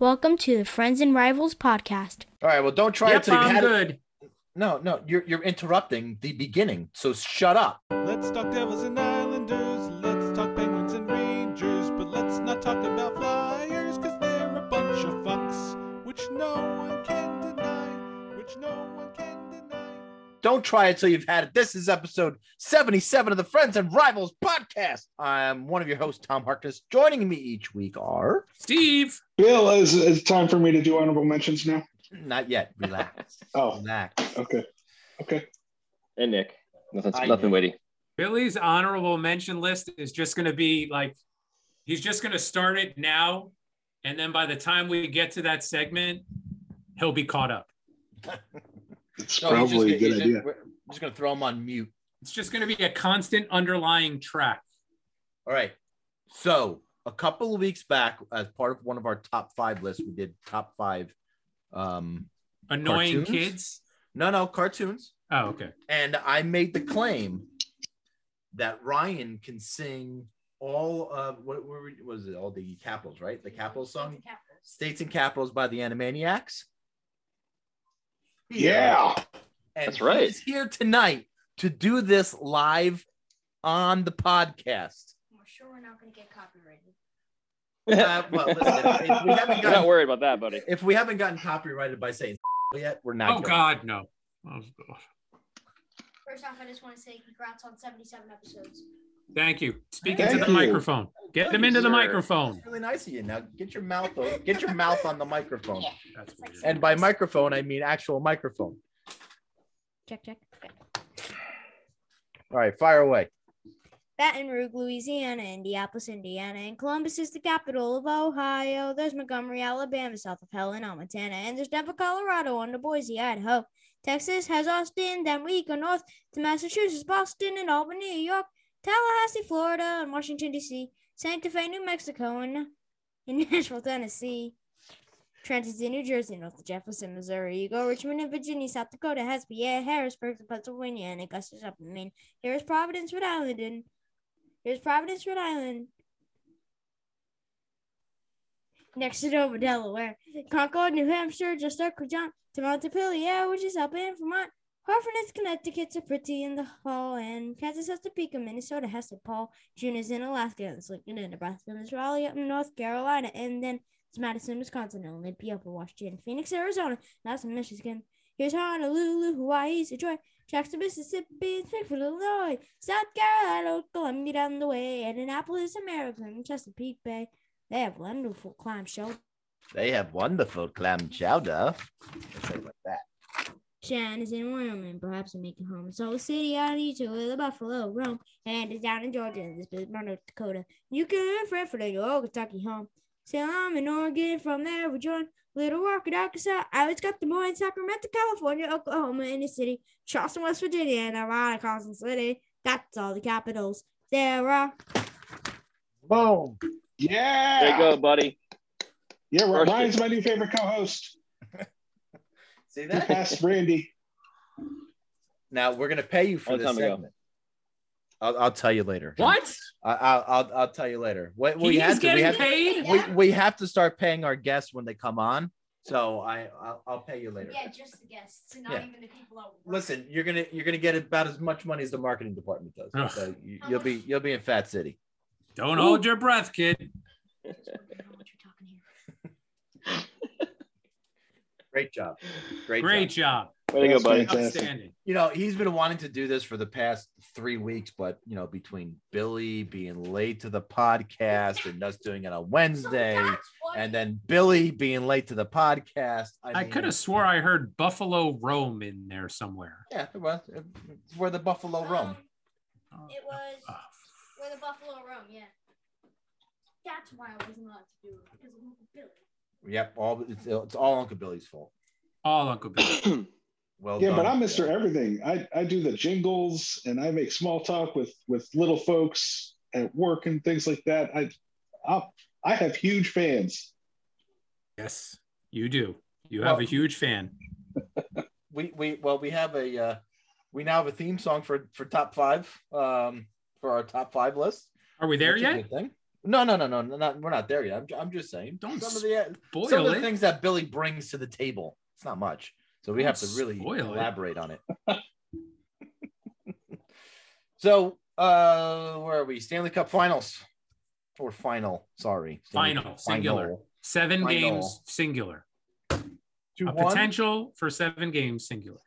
Welcome to the Friends and Rivals podcast. All right. Well, don't try Yep, it. till you've I'm had it- good. No, no, you're you're interrupting the beginning. So shut up. Let's talk Devils and Islanders. Let's talk Penguins and Rangers. But let's not talk about Flyers, because they're a bunch of fucks, which no one can deny. Which no one can deny. Don't try it till you've had it. This is episode 77 of the Friends and Rivals podcast. I'm one of your hosts, Tom Harkness. Joining me each week are Steve. Bill, is it's time for me to do honorable mentions now. not yet. Relax. Oh, Relax. okay. Okay. And Nick. Nothing, Hi, nothing Nick. witty. Billy's honorable mention list is just going to be like, he's just going to start it now. And then by the time we get to that segment, he'll be caught up. It's No, he's just probably gonna- a good he's- idea. we're- I'm just gonna throw him on mute. It's just going to be a constant underlying track. All right. So a couple of weeks back, as part of one of our top five lists, we did top five. Um, Annoying Cartoons? kids. no, no, cartoons. Oh, okay. and I made the claim that Ryan can sing all of what, what were- was it? All the Capitals, right? The Capitals song, "States and Capitals" by the Animaniacs. Yeah. And That's right. He's here tonight to do this live on the podcast. We're sure we're not going to get copyrighted. Uh, well, listen, if, we haven't You're not gotten, worried about that, buddy. if we haven't gotten copyrighted by saying yet, we're not. Oh, going. God, no. Oh, God. First off, I just want to say congrats on 77 episodes. Thank you. Speaking Thank to the you. microphone. Get him into the Sir. microphone. It's really nice of you. Now get your mouth o- get your mouth on the microphone. Yeah. That's weird. And by microphone, I mean actual microphone. Check, check. All right, fire away. Baton Rouge, Louisiana, Indianapolis, Indiana, and Columbus is the capital of Ohio. There's Montgomery, Alabama, south of Helena, Montana, and there's Denver, Colorado, under Boise, Idaho. Texas has Austin, then we go north to Massachusetts, Boston, and Albany, New York, Tallahassee, Florida, and Washington, D.C., Santa Fe, New Mexico, and, and Nashville, Tennessee. Trenton's in New Jersey, North Jefferson, Missouri. You go Richmond in Virginia, South Dakota, Hesby, yeah, Harrisburg, Pennsylvania, and Augusta's up in Maine. Here's Providence, Rhode Island, and Here's Providence, Rhode Island. Next to Dover, Delaware. Concord, New Hampshire, just up John to Montpelier, which is up in Vermont. Hartford is Connecticut to Pretty in the Hall, and Kansas has Topeka, Minnesota has St. Paul, June is in Alaska, and it's Lincoln in Nebraska, and it's Raleigh up in North Carolina, and then it's Madison, Wisconsin, and Olympia up in Washington, Phoenix, Arizona, that's in Michigan. Here's Honolulu, Hawaii, Detroit, Jackson, Mississippi, Springfield, Illinois, South Carolina, Columbia down the way, and Annapolis, America, and Chesapeake Bay. They have wonderful clam shell They have wonderful clam chowder. Say it like that. Shan is in Wyoming, perhaps in making home. Salt Lake City on YouTube with the Buffalo, Rome, and is down in Georgia, and this is Bismarck, North Dakota. You can friend for the old Kentucky home. Salem in Oregon, from there we join Little Rock in Arkansas. I was got the more in Sacramento, California, Oklahoma, in the city, Charleston, West Virginia, and Atlanta, Carson City. That's all the capitals. There are Boom. Yeah. There you go, buddy. Yeah, Ro- First- Ryan's my new favorite co-host. See He passed Randy. now we're gonna pay you for Long this time ago. segment. I'll, I'll tell you later. What? I, I'll, I'll I'll tell you later. What we He's have to we getting have to, paid? we, we have to start paying our guests when they come on. So I I'll, I'll pay you later. Yeah, just the guests, not Yeah. even the people out. Listen, you're gonna you're gonna get about as much money as the marketing department does. Ugh. So you, you'll be you'll be in Fat City. Don't hold your breath, kid. Great job. Great. Great Job. job. Way to go, That's buddy. Fantastic. Outstanding. You know he's been wanting to do this for the past three weeks, but you know between Billy being late to the podcast and us doing it on Wednesday. and then Billy being late to the podcast. I mean, could have swore I heard Buffalo Rome in there somewhere. Yeah, it was. It's where the Buffalo roam. um, It was Oh, where the Buffalo roam, yeah. That's why I wasn't allowed to do it because of Uncle Billy. Yep, all it's, it's all Uncle Billy's fault. All Uncle Bill. Well, Yeah, done. but I'm Mr. Everything. I, I do the jingles and I make small talk with with little folks at work and things like that. I I, I have huge fans. Yes, you do. You have Well- a huge fan. We we well we have a uh, we now have a theme song for for top five um for our top five list. Are we there That's a yet? good thing. No, no, no, no, no, not, we're not there yet. I'm, ju- I'm just saying. Don't some of the Boil some of the it. things that Billy brings to the table. It's not much, so we Don't have to really spoil it. elaborate on it. so, uh, where are we? Stanley Cup Finals or final? Sorry, Stanley Final, Cup singular. Final. Seven I know. games singular. Two A one. potential for seven games singular.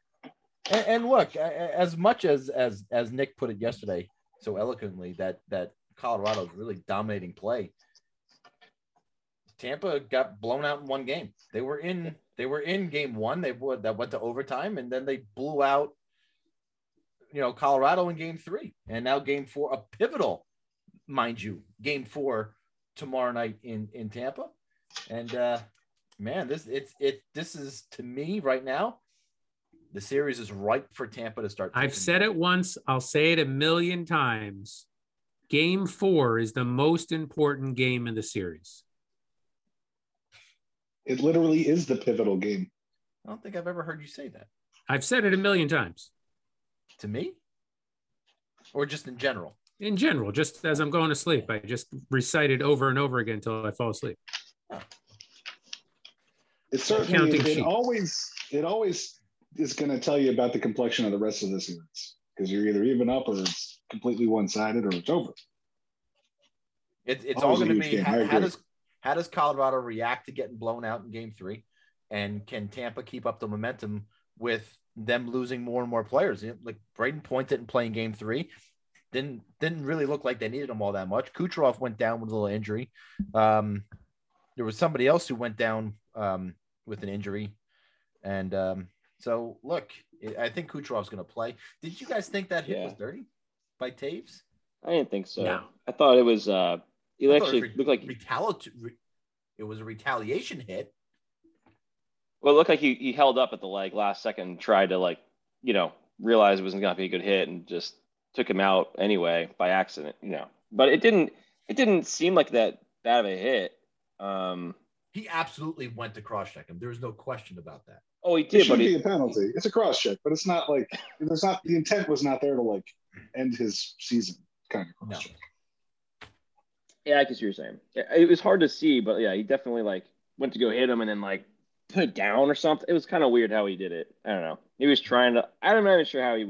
And, and look, a- a- as much as as as Nick put it yesterday so eloquently that that Colorado's really dominating play. Tampa got blown out in one game. They were in they were in game one. They would that went to overtime, and then they blew out you know Colorado in game three, and now game four a pivotal, mind you, game four tomorrow night in in Tampa, and uh, man, this it's it this is to me right now. The series is ripe for Tampa to start. I've taking- said it once, I'll say it a million times. Game four is the most important game in the series. It literally is the pivotal game. I don't think I've ever heard you say that. I've said it a million times to me or just in general in general, just as I'm going to sleep. I just recite it over and over again until I fall asleep. It certainly Counting it, sheep. always it always is going to tell you about the complexion of the rest of the series because you're either even up or it's completely one sided or it's over. it, it's Oh, all going to huge be game. I how, how agree. does how does colorado react to getting blown out in game three and can tampa keep up the momentum with them losing more and more players You know, like braden point didn't play in game three didn't didn't really look like they needed him all that much kucherov went down with a little injury um there was somebody else who went down um with an injury and um so look I- i think kucherov's going to play did you guys think that hit Yeah. was dirty by taves I didn't think so. No. I thought it was. uh It I thought actually it was re- looked like. retali- re- it was a retaliation hit. Well, it looked like he, he held up at the like last second, and tried to like, you know, realize it wasn't going to be a good hit, and just took him out anyway by accident, you know. But it didn't. It didn't seem like that bad of a hit. Um He absolutely went to cross check him. There was no question about that. Oh, he It did, should but be he, a penalty. It's a cross check, but it's not like there's not the intent was not there to like end his season kind Oh, of cross check. yeah, I guess you're saying Yeah, it was hard to see, but yeah, he definitely like went to go hit him and then like put it down or something. It was kind of weird how he did it. I don't know. He was trying to. I'm not even sure how he.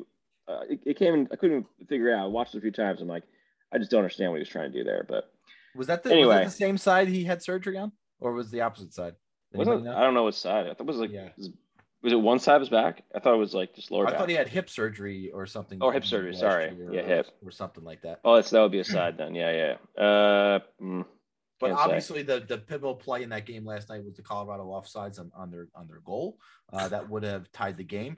Uh, it, it came. In, I couldn't figure it out. I watched it a few times. I'm like, I just don't understand what he was trying to do there, but. Was that the, was Anyway. that the same side he had surgery on, or was the opposite side? Was Anybody it, know? I don't know what side. I thought it was like, Yeah. was, was it one side of his back? I thought it was like just lower I back. thought he had hip surgery or something. Or Oh, hip surgery, last sorry. year Yeah, or- hip. or something like that. oh, that's that would be a side then. Yeah, yeah. Uh, mm, But Can't say. obviously, the, the pivotal play in that game last night was the Colorado offsides on, on their on their goal. Uh, that would have tied the game.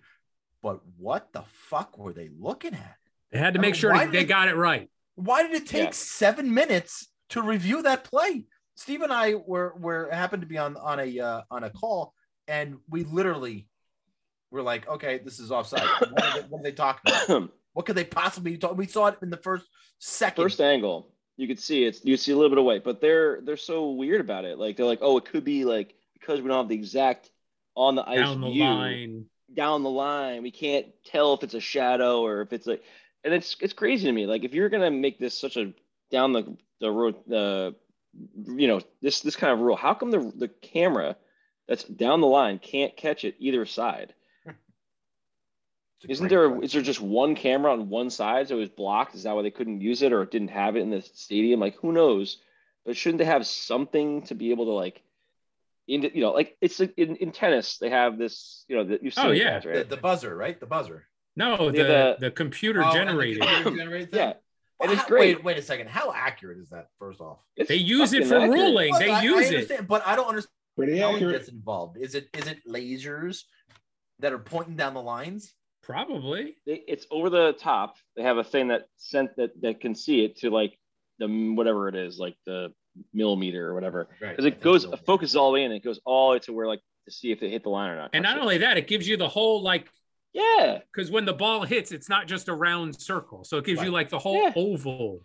But what the fuck were they looking at? They had to I make mean, sure Oh, why they did- got it right. Why did it take Yeah. seven minutes to review that play? Steve and I were were happened to be on on a uh, on a call, and we literally were like, "Okay, this is offside. what, are they, what are they talking about? What could they possibly be talking?" We saw it in the first second. First angle, you could see it's you see a little bit of weight, but they're they're so weird about it. Like they're like, oh, it could be like because we don't have the exact on the ice Down the view, line. down the line. We can't tell if it's a shadow or if it's like, and it's it's crazy to me. Like if you're gonna make this such a down the the road, the you know this this kind of rule, how come the the camera that's down the line can't catch it either side? It's a Isn't great there play. is there just one camera on one side so it was blocked? Is that why they couldn't use it or it didn't have it in the stadium? Like who knows? But shouldn't they have something to be able to like, in you know, like it's in, in tennis they have this you know that you've seen Oh, it, yeah. right? the, the buzzer, right? The buzzer. No, the, Yeah, the- the computer Oh, and the generated. computer generated that? Yeah, Well, and it's how- great. Wait, wait a second. How accurate is that? First off, It's They use it fucking for accurate. ruling. They Look, I- I use it. understand, but I don't understand Pretty how it accurate. gets involved. Is it is it lasers that are pointing down the lines? Probably. They, it's over the top. They have a thing that sent that that can see it to like the m- whatever it is, like the millimeter or whatever. Right. Because it goes, it focuses all the way in. It goes all the way to where like to see if they hit the line or not. And not That's only that, it gives you the whole like it. yeah, because when the ball hits, it's not just a round circle. So it gives you Right. like the whole Yeah. oval.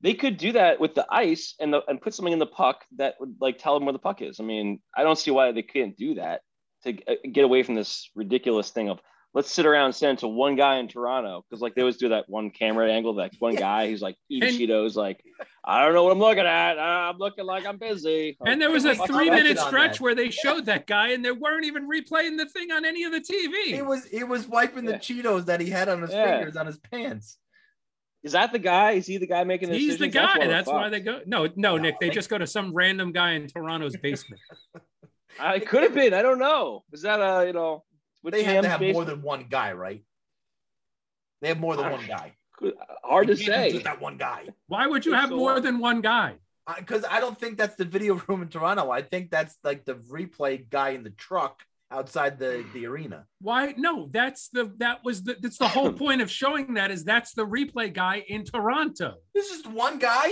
they could do that with the ice and the, and put something in the puck that would like tell them where the puck is. I mean, I don't see why they couldn't do that to uh, get away from this ridiculous thing of let's sit around and send it to one guy in Toronto because like they always do that one camera angle, that one guy who's like eating And- Cheetos, like I don't know what I'm looking at. Ah, I'm looking like I'm busy. And there was a Fucking three minute on that. stretch where they showed that guy and they weren't even replaying the thing on any of the TV. He was he was wiping the Yeah. Cheetos that he had on his Yeah. fingers on his pants. Is that the guy? Is he the guy making the He's the decisions? guy. we're That's why fucked. they go. No, no, No, Nick. They they- just go to some random guy in Toronto's basement. I it could have been. I don't know. Is that a you know? With they have GM's to have more basement? than one guy, right? They have more Ah, than one guy. Could- hard to You can't just do say. that one guy. Why would you It's have so more odd. than one guy? Because I, don't think that's the video room in Toronto. I think that's like the replay guy in the truck outside the, the arena. Why? No, that's the that was the that's the whole point of showing that is that's the replay guy in Toronto. This is one guy.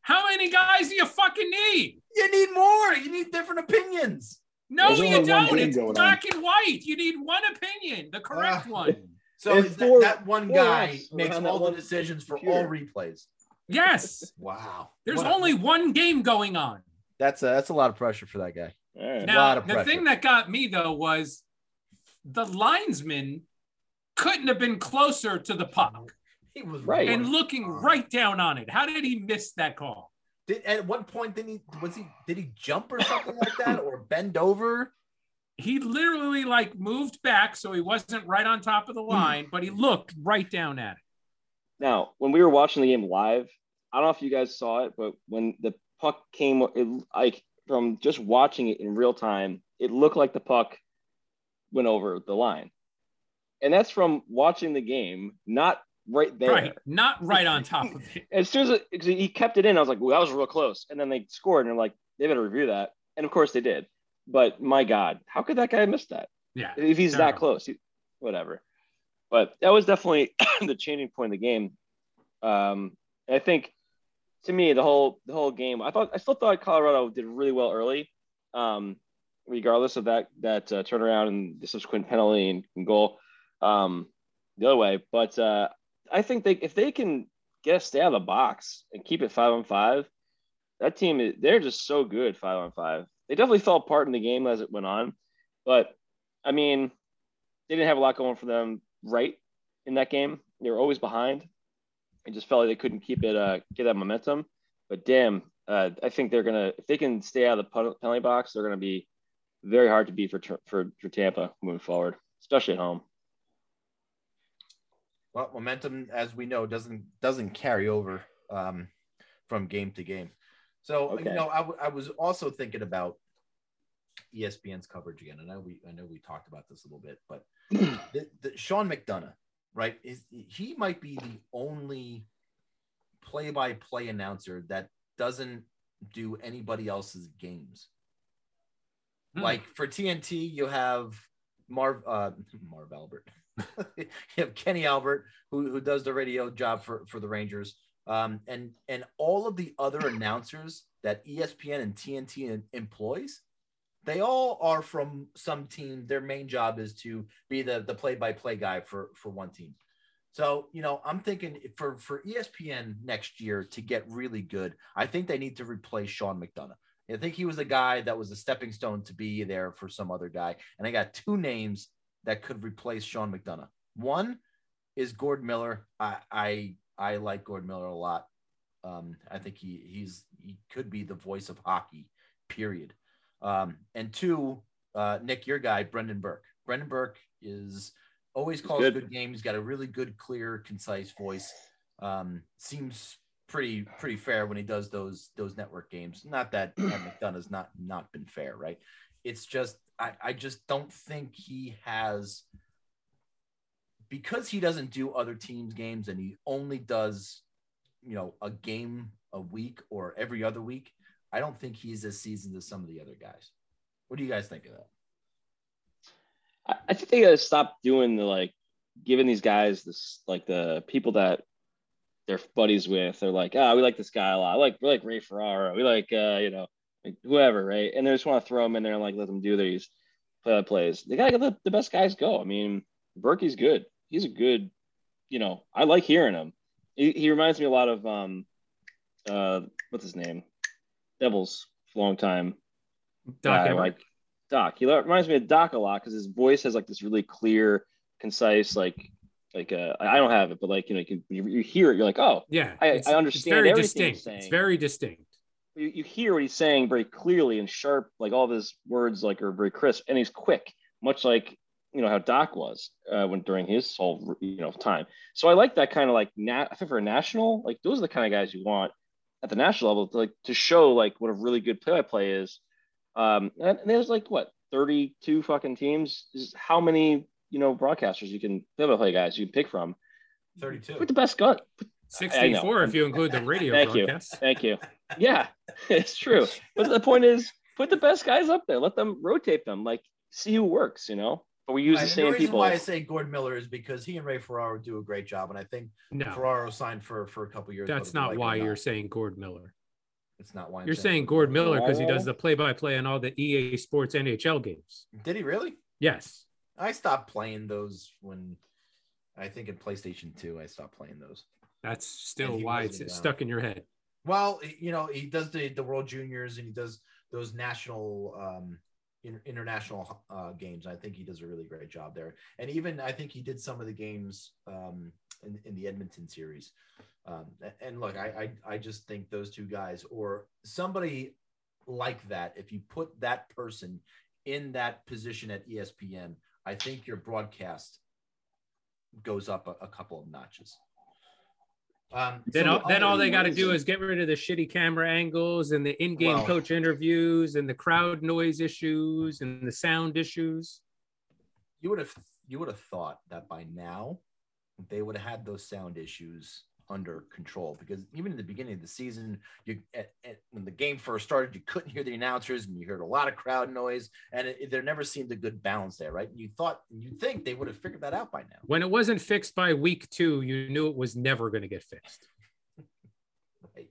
How many guys do you fucking need? You need more. You need different opinions. No, There's you only one don't. thing It's going on. black and white. You need one opinion, the correct Ah. one. So And is four- that, that one four guy apps makes around that all the one decisions for all computer. replays. Yes, Wow. there's What a- only one game going on. that's a that's a lot of pressure for that guy. All right. Now, lot of the pressure. thing that got me though was the linesman couldn't have been closer to the puck He was Right. one- and looking right down on it. How did he miss that call? Did, at one point, didn't he? Was he? Did he jump or something like that, or bend over? He literally like moved back so he wasn't right on top of the line, but he looked right down at it. Now, when we were watching the game live, I don't know if you guys saw it, but when the puck came, it, like from just watching it in real time, it looked like the puck went over the line, and that's from watching the game, not right there. Right, not right on top of it. As soon as it, 'cause he kept it in, I was like, "Well, that was real close." And then they scored, and I'm like, "They better review that," and of course they did. But my God, how could that guy miss that? Yeah. if he's that Terrible. close, he- whatever. But that was definitely the changing point of the game. Um, and I think to me, the whole the whole game, I thought I still thought Colorado did really well early, um, regardless of that that uh, turnaround and the subsequent penalty and, and goal um, the other way. But uh, I think they if they can get a stay out of the box and keep it five on five, that team is- they're just so good five on five. They definitely fell apart in the game as it went on, but I mean, they didn't have a lot going for them right in that game. They were always behind. It just felt like they couldn't keep it, uh, get that momentum. But damn, uh, I think they're gonna if they can stay out of the pen- penalty box, they're gonna be very hard to beat for Tur- for for Tampa moving forward, especially at home. Well, momentum, as we know, doesn't doesn't carry over um, from game to game. So Okay. you know, I, w- I was also thinking about E ESPN's coverage again. I know we I know we talked about this a little bit, but the, the, Sean McDonough, right? Is he might be the only play-by-play announcer that doesn't do anybody else's games. Hmm. Like for TNT, you have Marv uh, Marv Albert. you have Kenny Albert, who, who does the radio job for, for the Rangers. Um, and and all of the other announcers that E ESPN and TNT em- employs, they all are from some team. Their main job is to be the the play by play guy for for one team. So you know, I'm thinking for for E ESPN next year to get really good, I think they need to replace Sean McDonough. I think he was a guy that was a stepping stone to be there for some other guy. And I got two names that could replace Sean McDonough. One is Gord Miller. I I, I like Gord Miller a lot. Um, I think he he's he could be the voice of hockey. Period. Um, and two, uh, Nick, your guy Brendan Burke. Brendan Burke is always He's calls good. good. games. Got a really good, clear, concise voice. Um, seems pretty pretty fair when he does those those network games. Not that Ed McDonough's not not been fair, right? It's just I, I just don't think he has because he doesn't do other teams games and he only does you know a game a week or every other week i don't think he's as seasoned as some of the other guys what do you guys think of that I, I think they gotta stop doing the like giving these guys this like the people that they're buddies with. They're like, ah, we like this guy a lot. Like we like Ray Ferraro. We like uh, you know, like whoever, right? And they just want to throw them in there and like let them do these play by plays. They gotta get the, the best guys go. I mean, Berkey's good. He's a good, you know, I like hearing him. He, he reminds me a lot of um uh what's his name? Devils long time Doc guy, uh, Emmerich. like Doc. He reminds me of Doc a lot because his voice has like this really clear, concise, like like uh, I don't have it, but like you know, you, can, you, you hear it, you're like, oh, Yeah, I- it's- I understand It's very everything distinct. he's saying. It's very distinct. you, you hear what he's saying very clearly and sharp, like all of his words like are very crisp, and he's quick, much like you know how Doc was uh, when during his whole you know time. So I like that kind of like nat. I think for a national, like those are the kind of guys you want at the national level, to, like to show like what a really good play-by-play is. Um, and and there's like what 32 fucking teams. This is how many you know broadcasters you can play-by-play guys you can pick from. 32. Put the best gun. Sixty-four, if you include the radio Thank you. broadcast. Thank you. Yeah, it's true. But the point is, put the best guys up there. Let them rotate them. Like, see who works. You know. But we use Right, the and same reason people. why I say Gordon Miller is because he and Ray Ferraro do a great job, and I think No, Ferraro signed for for a couple years. that's whether we like not it why or you're saying Gord Miller. It's not why I'm You're saying Gord Miller because he Why? does the play-by-play on all the EA Sports NHL games. Did he really? Yes. I stopped playing those when I think in PlayStation Two. I stopped playing those. That's And still he why wasn't it's around. stuck in your head. Well, you know, he does the the World Juniors and he does those national um in, international uh games. I think he does a really great job there. And even I think he did some of the games um in, in the Edmonton series. Um a- and look, I, I I just think those two guys or somebody like that, if you put that person in that position at E ESPN, I think your broadcast goes up a, a couple of notches. Um, Then, so all, then all other they got to ways- do is get rid of the shitty camera angles and the in-game Well- coach interviews and the crowd noise issues and the sound issues. you would have you would have thought that by now they would have had those sound issues under control because even in the beginning of the season you at, at, when the game first started you couldn't hear the announcers and you heard a lot of crowd noise and it, there never seemed a good balance there right you thought you think they would have figured that out by now When it wasn't fixed by week two, you knew it was never going to get fixed. right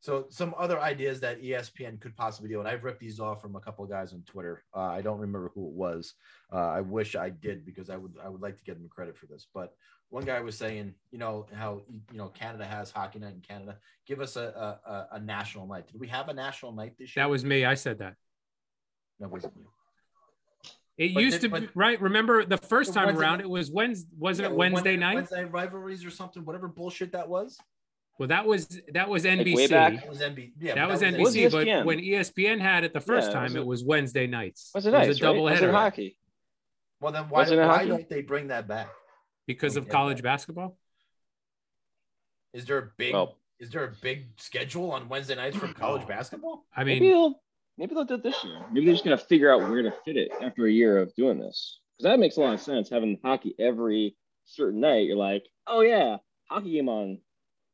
so some other ideas that E espn could possibly do and i've ripped these off from a couple of guys on twitter uh, i don't remember who it was uh, i wish i did because i would i would like to give them credit for this but one guy was saying you know how you know canada has hockey night in canada give us a a, a- a national night did we have a national night this year That was me. I said that. no, it wasn't you. It But used did- to be but- right. Remember the first It time wasn't- around, it was Wednesday. Wasn't Yeah, it Wednesday night? wednesday rivalries or something whatever bullshit that was Well, that was that was NBC. way back? E that was nb yeah that was NBC. was NBC. ESPN. but when E ESPN had it the first Yeah, it time, was it a- was Wednesday nights. Was it It nice? was a double right? Was it header hockey? well then why, wasn't it why hockey? don't they bring that back because of Yeah. college basketball. Is there a big Well- is there a big schedule on Wednesday nights for college basketball? I maybe mean, they'll maybe they'll do it this year. Maybe they're just gonna figure out where to fit it after a year of doing this. Because that makes a lot of sense. Having hockey every certain night, you're like, oh yeah, hockey game on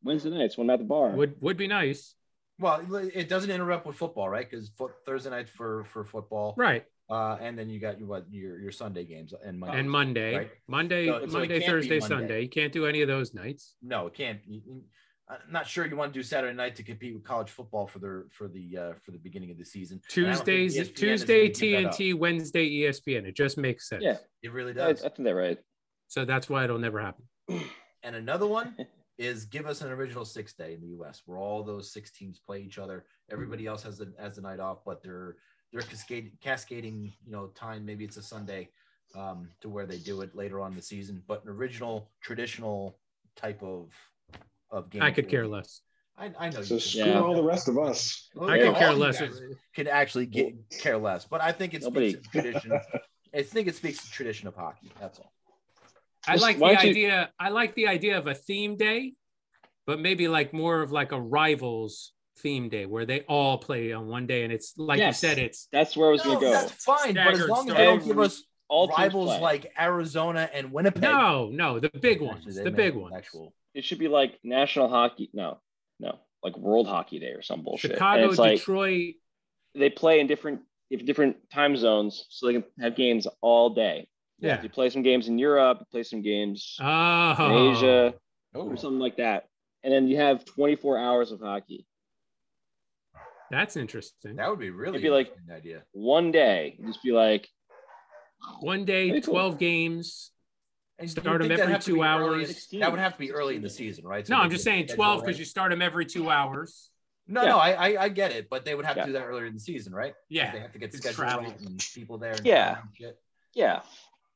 Wednesday nights when I'm at the bar. would would be nice, Well, it doesn't interrupt with football, right? Because Thursday night for for football, right? uh, and then you got your what your your Sunday games and Monday. and Monday, right. Monday, So- so it Monday, can't be Thursday, Monday. Sunday. You can't do any of those nights. no, it can't. You- you- I'm not sure you want to do Saturday night to compete with college football for their for the uh, for the beginning of the season. And I don't think E Tuesdays, ESPN is Tuesday gonna give that up. TNT, Wednesday E ESPN. It just makes sense. Yeah. It really I, I does. think they're right. So that's why it'll never happen. And another one is give us an original six day in the U.S. where all those six teams play each other. Everybody Mm-hmm. else has the has the night off, but they're they're cascading, cascading you know time. Maybe it's a Sunday um, to where they do it later on in the season. But an original traditional type of of game. I could care less. I, I know. So you screw could. Yeah. all the rest of us. Well, I yeah, could care all you less. guys Could actually get care less, but I think it Nobody- speaks to tradition. I think it speaks to tradition of hockey. That's all. I Just- like the why don't you- idea. I like the idea of a theme day, but maybe like more of like a rivals theme day where they all play on one day, and it's like Yes. you said, it's That's where I was No, gonna go. That's fine, but as Staggered long as they don't start. give us All teams rivals play. like Arizona and Winnipeg. no, no, the big ones, Actually, they the may big have ones. Actual. it should be like National Hockey. No, no, like World Hockey Day or some bullshit. and Chicago, it's like Detroit, they play in different if different time zones, so they can have games all day. yeah. You play some games in Europe, you play some games Oh, in Asia, Oh, or something like that, and then you have 24 hours of hockey. that's interesting. that would be really It'd be like- interesting idea. One day, you just be like, One day, Pretty cool. twelve games. And Start you would them think that every have to two be early hours. in- 16. that would have to be early in the season, right? So No, they I'm get just saying schedule twelve right? because you start them every two hours. No, Yeah. no, I, I I get it, but they would have to Yeah. do that earlier in the season, right? Yeah, They have to get It's scheduled travel. right and people there. And Yeah. time and shit. yeah,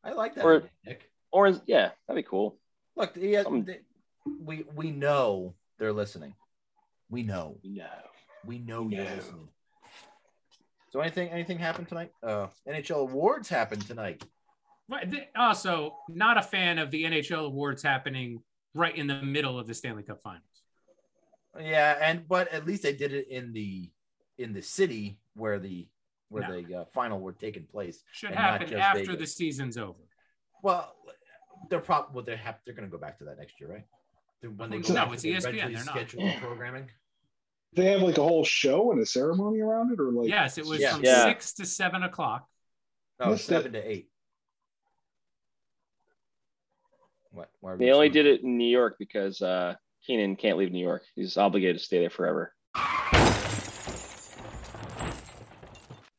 I like that. Or- idea, Nick. Or is yeah, that'd be cool. Look, he has, Some- they, we we know they're listening. We know. No. We know you're No. listening. So anything anything happened tonight? Uh, NHL awards happened tonight. Right. th- Also, not a fan of the NHL awards happening right in the middle of the Stanley Cup Finals. Yeah, and but at least they did it in the in the city where the where No. the uh, final were taking place. Should And not happen just after the Vegas. season's over. Well, they're probably well, they have they're going to go back to that next year, right? They're- When I they think go so. back No, to E it's the ESPN, regularly they're not. scheduled programming. They have like a whole show and a ceremony around it, or like Yes, it was Yeah. from Yeah. six to seven o'clock. No, Missed it. Oh, seven to eight. What? Why are we They only smiling? did it in New York because uh, Keenan can't leave New York. He's obligated to stay there forever.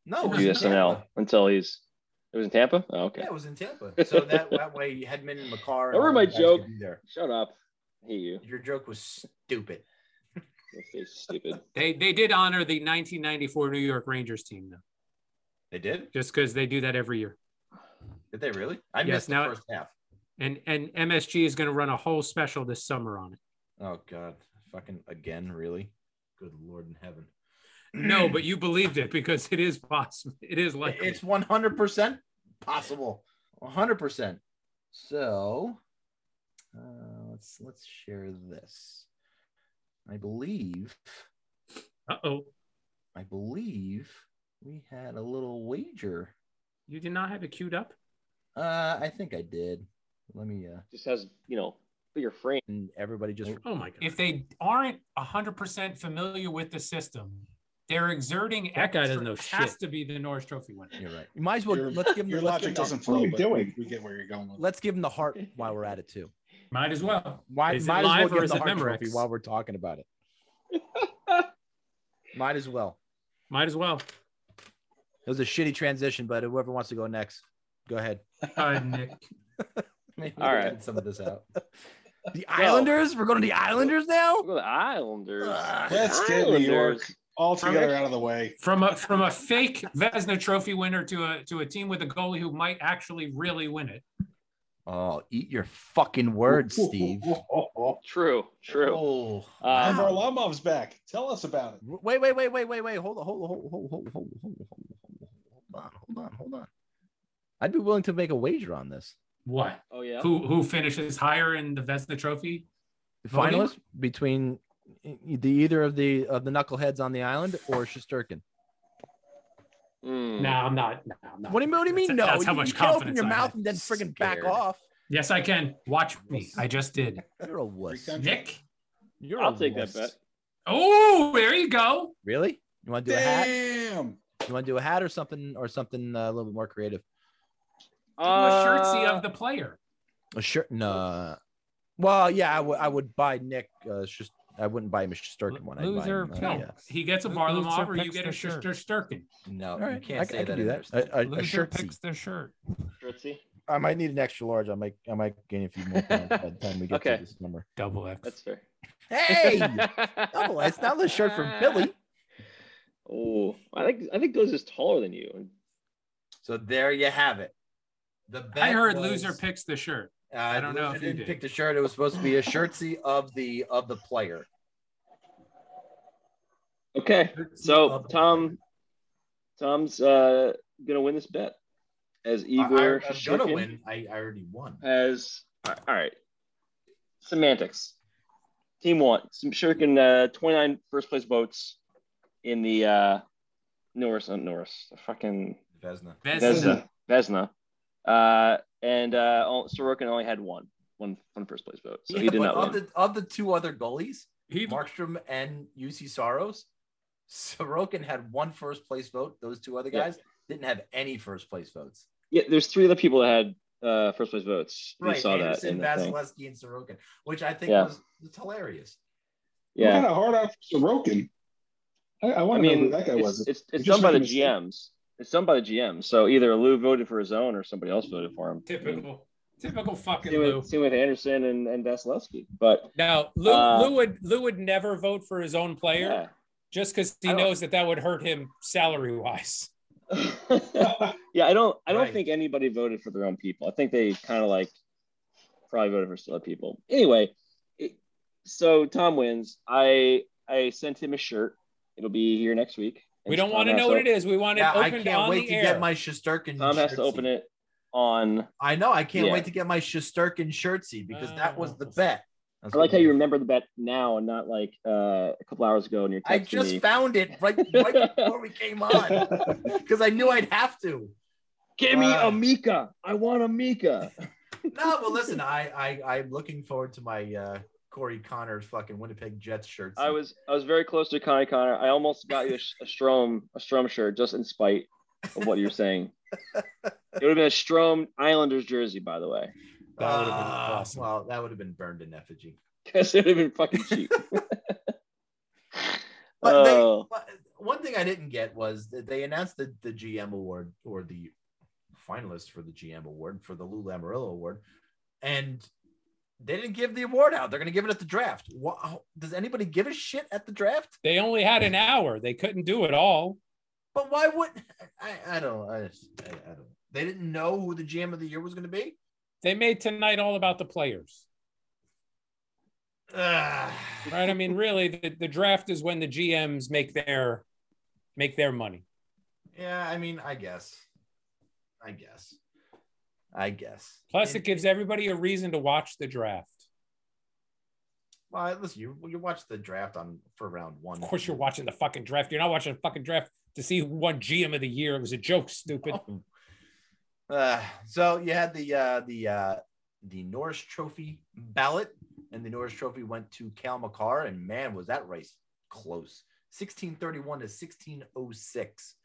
No, It Oh, it was in USNL Tampa. until he's. It was in Tampa. Oh, okay. Yeah, it was in Tampa. So that, that way, Hedman and McCarr. and Remember all my the guys joke? could be There. Shut up. I hate you. Your joke was stupid. Your face is stupid. They they did honor the 1994 New York Rangers team though, They did? just because they do that every year. Did they really? I Yes, missed now- the first half. And and MSG is going to run a whole special this summer on it. Oh God, fucking again, really? Good Lord in heaven. No, but you believed it because it is possible. It is like it's 100 percent possible. 100 percent. So uh, let's let's share this. I believe Uh oh, I believe we had a little wager. you did not have it queued up. Uh, I think I did. Let me uh, Just has you know bigger frame. and everybody just Oh my god! If they aren't hundred percent familiar with the system, they're exerting. That guy doesn't extra- know Has shit. to be the Norris Trophy winner. You're right. You might as well- well Your- let's give him Your logic let's get the- doesn't what are flow. you But doing? we, we get where you're going with. Let's give him the heart while we're at it too. Might as well. Why, Is it might as well live or give him is the it heart Memorex? trophy while we're talking about it. might as well. Might as well. It was a shitty transition, but whoever wants to go next, go ahead. Uh, Nick. Maybe All we right. can Some of this out. The Islanders? We're going to the Islanders now? Look at the Islanders. Ugh. Let's Let's get New York all together out of the way. From a from a fake Vesna Trophy winner to a to a team with a goalie who might actually really win it. Oh, eat your fucking words, Steve. True. True. Oh, And Um, Varlamov's back. Tell us about it. wait, wait, wait, wait, wait, wait. Hold on, hold on, hold on, hold on, hold on, hold on, hold on, hold on, hold on. I'd be willing to make a wager on this. What? oh yeah. Who who finishes higher in the Vesna Trophy? Voting? Finalist between the either of the of the knuckleheads on the island or Shusterkin. Mm. No, I'm not. No, I'm not. What do you, what do you mean? That's- no, that's how you, much you can't open confidence your I mouth had. and then friggin' back Scared. off. Yes, I can. Watch me. I just did. You're a wuss. Free country. Nick. You're a I'll take that wuss. bet. Oh, there you go. Really? You want to do a hat? Damn. You want to do a hat or something or something uh, a little bit more creative? Do Uh, a shirtsy of the player. A shirt? No. Well, yeah, I would. I would buy Nick. Uh, it's just I wouldn't buy him a Sturkin one. I'd buy Loser him, uh, pick. No, yeah. he gets a Who- Varlamov, loser or you picks get a their Shuster shirt? Sturkin. No, All right, you can't I, say I can that. do in that. there. A, a, a Loser shirt. picks their shirt. Fritzy. I might need an extra large. I might. I might gain a few more pounds by the time we get Okay. to this number. Double X. That's fair. Hey, double. It's not a shirt from Billy. Oh, I think I think those is taller than you. So there you have it. The I heard loser picks the shirt. Uh, I don't know if you didn't did. pick the shirt. It was supposed to be a shirtsy of the of the player. Okay. So Tom, Tom's uh gonna win this bet as Igor I, am gonna Shesterkin win. I, I already won. has. All right. Semantics. Team one. Some Shuriken, uh 29 first place votes in the uh Norris on Norris. The fucking Vesna. Vesna. Vesna. Vesna. Uh and uh all- Sorokin only had one. One one first place vote. So he Yeah, did but not of win. the of the two other goalies, He, Markstrom and UC Soros, Sorokin had one first place vote. Those two other Yeah. guys didn't have any first place votes. Yeah, there's three other people that had uh first place votes. We Right, saw that Anderson, in the thing. Vasilevsky, and Sorokin, which I think Yeah. was it's hilarious. Yeah. Yeah. kind of hard out for Sorokin. I, I I want to know mean, who that guy it's, was. It's, He it's just done by the made a mistake. GMs. It's done by the GM. So either Lou voted for his own or somebody else voted for him. typical. Typical fucking Same Lou. with, same with Anderson and, and Vasilevsky. But Now, Lou, Uh, Lou would Lou would never vote for his own player yeah. just because I he don't- knows that that would hurt him salary wise. I Yeah, I don't. I don't Right. think anybody voted for their own people. I think they kind of like probably voted for some other people. Anyway, it, so Tom wins. I I sent him a shirt. It'll be here next week. We don't want to know what it is. We want it Yeah, I opened can't on wait the to air. get my Shusterkin. Tom has to open it on. I know. I can't Yeah. wait to get my Shusterkin shirtsy because that was the Oh. bet. That's I like what- how you remember the bet now and not like uh, a couple hours ago in your I text. to just me. found it right, right before we came on because I knew I'd have to. Give me Uh, a Mika. I want a Mika. No, but listen, I, I I'm looking forward to my uh, Corey Connors fucking Winnipeg Jets shirts. I was I was very close to Connie Connor. I almost got you a, sh- a Strom a Strom shirt just in spite of what you were saying. It would have been a Strom Islanders jersey, by the way, That would've been Ah, awesome. Well, that would have been burned in effigy. because it would have been fucking cheap. But they- Oh. but one thing I didn't get was that they announced the, the GM award or the finalists for the GM award for the Lou Lamarillo award, and they didn't give the award out. They're going to give it at the draft. Wha Does anybody give a shit at the draft? They only had an hour. They couldn't do it all. But why would I? I don't. I, just- I, I don't. They didn't know who the GM of the year was going to be. They made tonight all about the players, Ugh. right? I mean, really, the, the draft is when the GMs make their make their money. Yeah, I mean, I guess. I guess. I guess. Plus, And- it gives everybody a reason to watch the draft. Well, listen, you you watch the draft on for round one. Of course, you're watching the fucking draft. You're not watching the fucking draft to see who won GM of the year. It was a joke, Oh, stupid. Uh, so you had the uh, the uh, the Norris Trophy ballot, and the Norris Trophy went to Cal McCarr, and man, was that race close! Sixteen thirty one to sixteen oh six.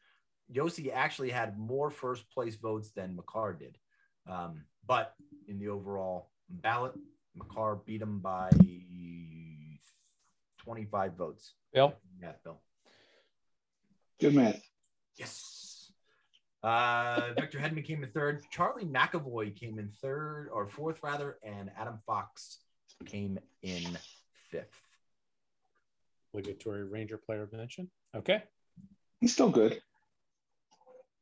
Yossi actually had more first place votes than McCarr did, um, but in the overall ballot, McCarr beat him by twenty five votes. Bill, Yeah, Bill. Good math. Yes. Uh, Victor Hedman came in third. Charlie McAvoy came in third or fourth, rather, and Adam Fox came in fifth. obligatory Ranger player mention. Okay. It's still good. Of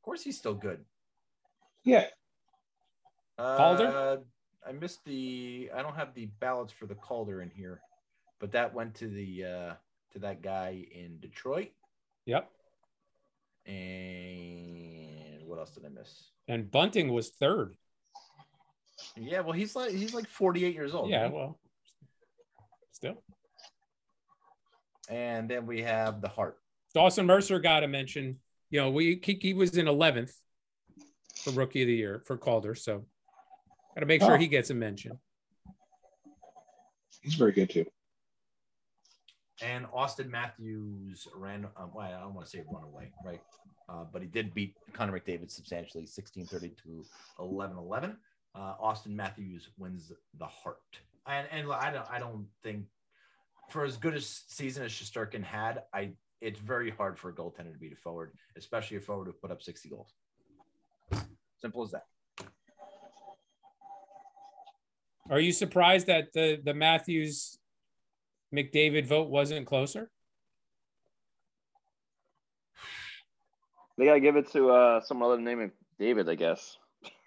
course, he's still good. Yeah. Uh, Calder? I missed the. I don't have the ballots for the Calder in here, but that went to the uh, to that guy in Detroit. Yep. And what else did I miss? And Bunting was third. Yeah, well, he's like he's like 48 years old. yeah. right? Well, still. And then we have the heart. Dawson Mercer got to mention, you know, we he, he was in 11th for rookie of the year for Calder, so got to make sure Oh. he gets a mention. He's very good too. and Austin Matthews ran. Um, well, I don't want to say run away, right? Uh, but he did beat Connor McDavid substantially, 16-30 to 11-11. Uh, Austin Matthews wins the heart, and and I don't I don't think for as good a season as Shosturkin had, I it's very hard for a goaltender to beat a forward, especially a forward who put up 60 goals. Simple as that. Are you surprised that the the Matthews McDavid vote wasn't closer? They gotta give it to uh, some other name of David, I guess.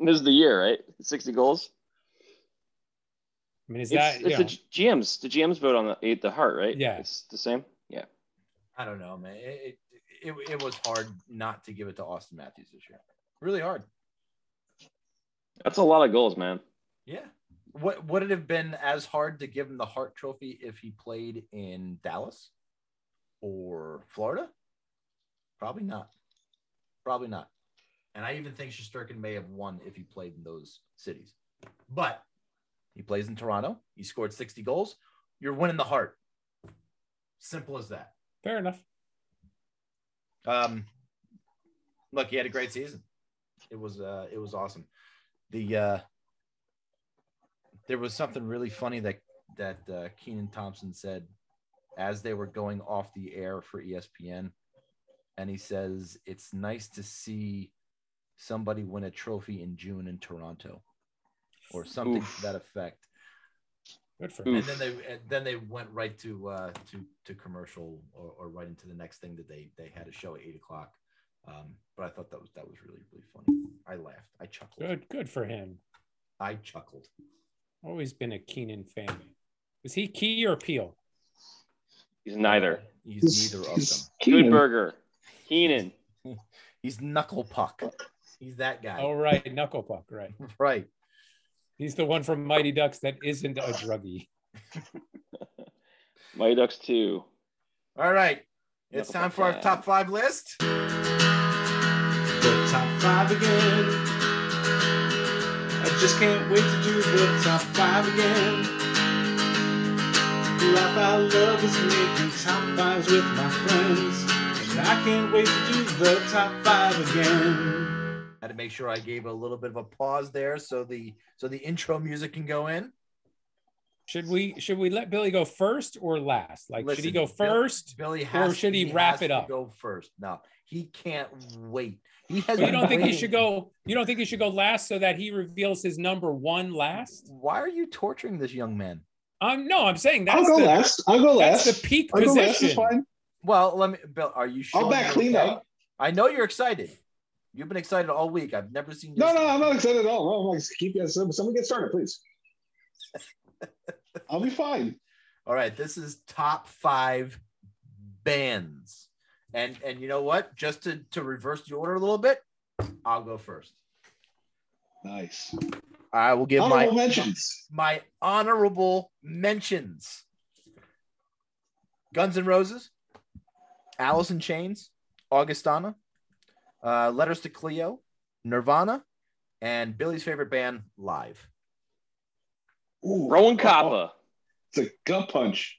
This is the year, right? Sixty goals. I mean, is it's that you know, it's the G- GMs. The GMs vote on the eight the heart, right? Yeah. it's the same. Yeah, I don't know, man. It it, it, it was hard not to give it to Austin Matthews this year. Really hard. that's a lot of goals, man. Yeah. What would it have been as hard to give him the Hart Trophy if he played in Dallas or Florida? Probably not. Probably not. And I even think Shosturkin may have won if he played in those cities. But he plays in Toronto. He scored 60 goals. You're winning the heart. Simple as that. fair enough? Um, look, he had a great season. It was uh, it was awesome. The uh, there was something really funny that that uh, Keenan Thompson said as they were going off the air for E ESPN, and he says it's nice to see somebody win a trophy in June in Toronto, or something Oof. to that effect. Good for Ooh. him. And then they and then they went right to uh, to to commercial or, or right into the next thing that they they had a show at eight o'clock. Um, but but I thought that was that was really really funny. I laughed. I chuckled. Good, good for him. I chuckled. Always been a Keenan fan. Was he Key or Peel? He's neither. He's He's- neither of them. he's Good Keenan. burger. Keenan. He's knuckle puck. He's that guy. Oh right, Knuckle Puck. Right. Right. He's the one from Mighty Ducks that isn't a druggie. Mighty Ducks 2. All right. It's Knuckle time puck for our guy. top five list. the top five again. I just can't wait to do the top five again. Life I love is making top fives with my friends. And I can't wait to do the top five again. had to make sure I gave a little bit of a pause there so the so the intro music can go in. Should we should we let Billy go first or last? Like should he Listen, go Bill- first? Billy has should he has wrap it to up? Go first. No, he can't wait. He has. But you don't been think he waiting. should go you don't think he should go last so that he reveals his number one last? Why are you torturing this young man? Um no, I'm saying that's I'll go the, last. I'll go that's last. the peak I'll go last. It's position. fine. Well, let me. Bill, are you sure? I'll back you're clean okay? up. I know you're excited. You've been excited all week. I've never seen you. No, no, I'm not excited at all. No, I'm like, keep you. Someone get started, please. I'll be fine. All right, this is top five bands, and and you know what? Just to to reverse the order a little bit, I'll go first. Nice. I will give Honorable my mentions. my honorable mentions Guns N' Roses, Alice in Chains, Augustana, uh, Letters to Cleo, Nirvana, and Billy's favorite band, Live. Ooh, Rowan oh, Coppa. It's a gut punch.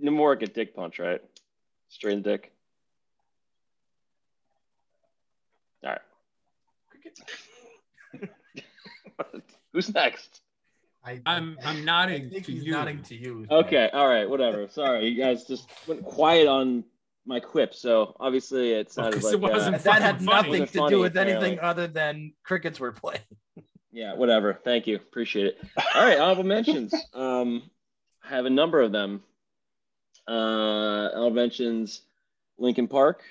Namoric a dick punch, right? Straight in the dick. All right. Who's next? I, I'm I'm nodding think to he's you. nodding to you. Okay, all right, whatever. Sorry, you guys just went quiet on my quip, so obviously it sounded 'cause like it wasn't uh, And that had Fucking funny. nothing to Funny, do with anything apparently. other than crickets were playing. Yeah, whatever. Thank you. Appreciate it. All right, honorable mentions. Um, I have a number of them. Uh, honorable mentions: Lincoln Park,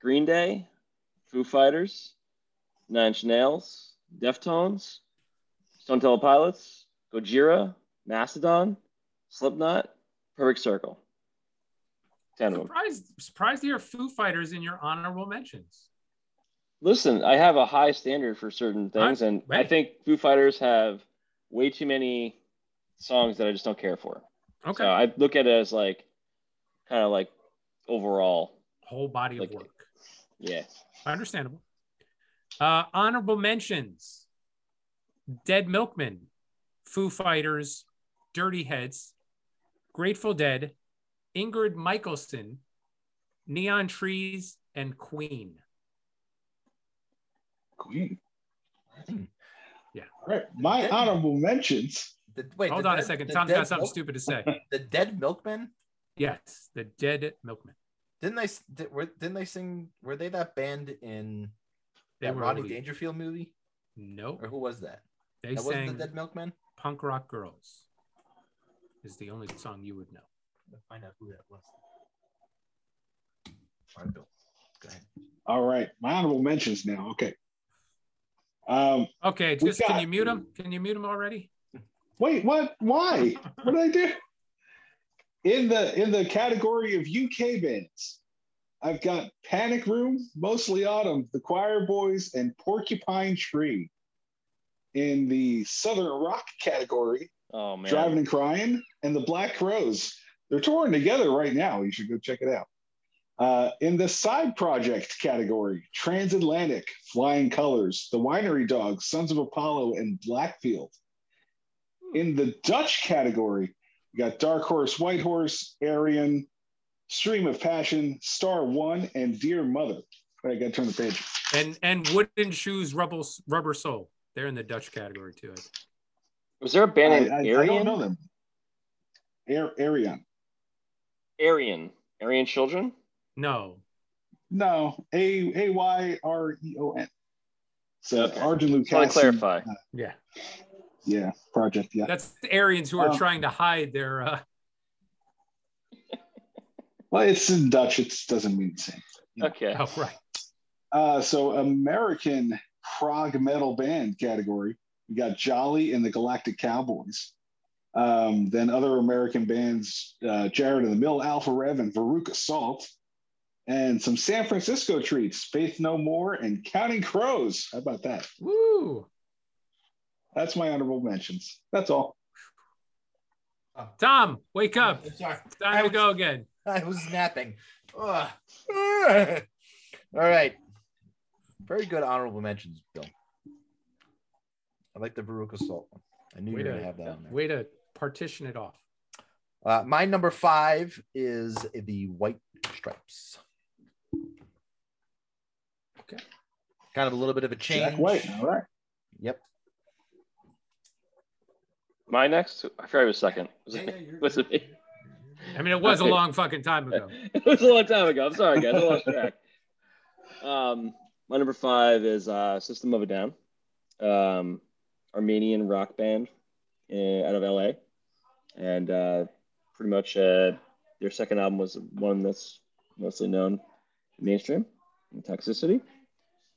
Green Day, Foo Fighters, Nine Inch Nails, Deftones, Stone Temple Pilots, Gojira, Mastodon, Slipknot, Perfect Circle. Ten of them. Surprised surprised to hear Foo Fighters in your honorable mentions. Listen, I have a high standard for certain things, and I right. think Foo Fighters have way too many songs that I just don't care for. Okay. So I look at it as like kind of like overall. Whole body of like- work. Yeah. Understandable. Uh, honorable mentions: Dead Milkman, Foo Fighters, Dirty Heads, Grateful Dead, Ingrid Michaelson, Neon Trees, and Queen. Queen. Yeah. All right. My Dead- honorable mentions. The, wait, Hold the on a dead- second. the Tom's dead got something milk- stupid to say. The Dead Milkmen. yes, the Dead Milkman. Didn't they? s- Did, were, didn't they sing? Were they that band in They that were Rodney elite. Dangerfield movie? Nope. Or who was that? They that wasn't sang the Dead Milkmen. Punk Rock Girls. Is the only song you would know. Let's find out who that was. All right, Bill. Go ahead. All right. My honorable mentions now. Okay. Um, Okay, We just can got- you mute him? Can you mute him already? Wait, what? Why? What did I do? In the in the category of UK bands, I've got Panic Room, Mostly Autumn, The Choir Boys, and Porcupine Tree. In the Southern Rock category, Oh man. Driving and Crying, and The Black Crows. They're touring together right now. You should go check it out. Uh, in the side project category, Transatlantic, Flying Colors, The Winery Dogs, Sons of Apollo, and Blackfield. In the Dutch category, you got Dark Horse, White Horse, Aryan, Stream of Passion, Star One, and Dear Mother. All right, I got to turn the page. and and wooden shoes rubber rubber sole they're in the dutch category too Was there a band named I, I- I Arian? don't know them. Ar- Arian. Arian. Arian Children? no No, A A Y R E O N. So Okay. Arjun Just Lucas. want to clarify. yeah Yeah, project. Yeah. that's the aryans who are Um, trying to hide their uh Well, it's in Dutch. It doesn't mean the same. Okay. oh right Uh, so American prog metal band category. We got Jolly and the Galactic Cowboys. Um, then other American bands, uh, Jared and the Mill, Alpha Rev, and Veruca Salt. And some San Francisco treats, Faith No More and Counting Crows. How about that? Woo! That's my honorable mentions. That's all. Tom, wake up. I'm sorry. It's time to go again. I was napping. Ugh. All right. Very good honorable mentions, Bill. I like the Veruca Salt one. I knew Way you were to- going to have that on there. Way to partition it off. Uh, my number five is the White Stripes. Okay. Kind of a little bit of a change. Jack White. All right. Yep. My next, I forgot it was second. Was it, me? was it me? I mean, it was Okay. a long fucking time ago. it was a long time ago. I'm sorry, guys. I lost track. Um, my number five is uh, System of a Down, um, Armenian rock band uh, out of LA, and uh, pretty much uh, their second album was one that's mostly known mainstream in toxicity,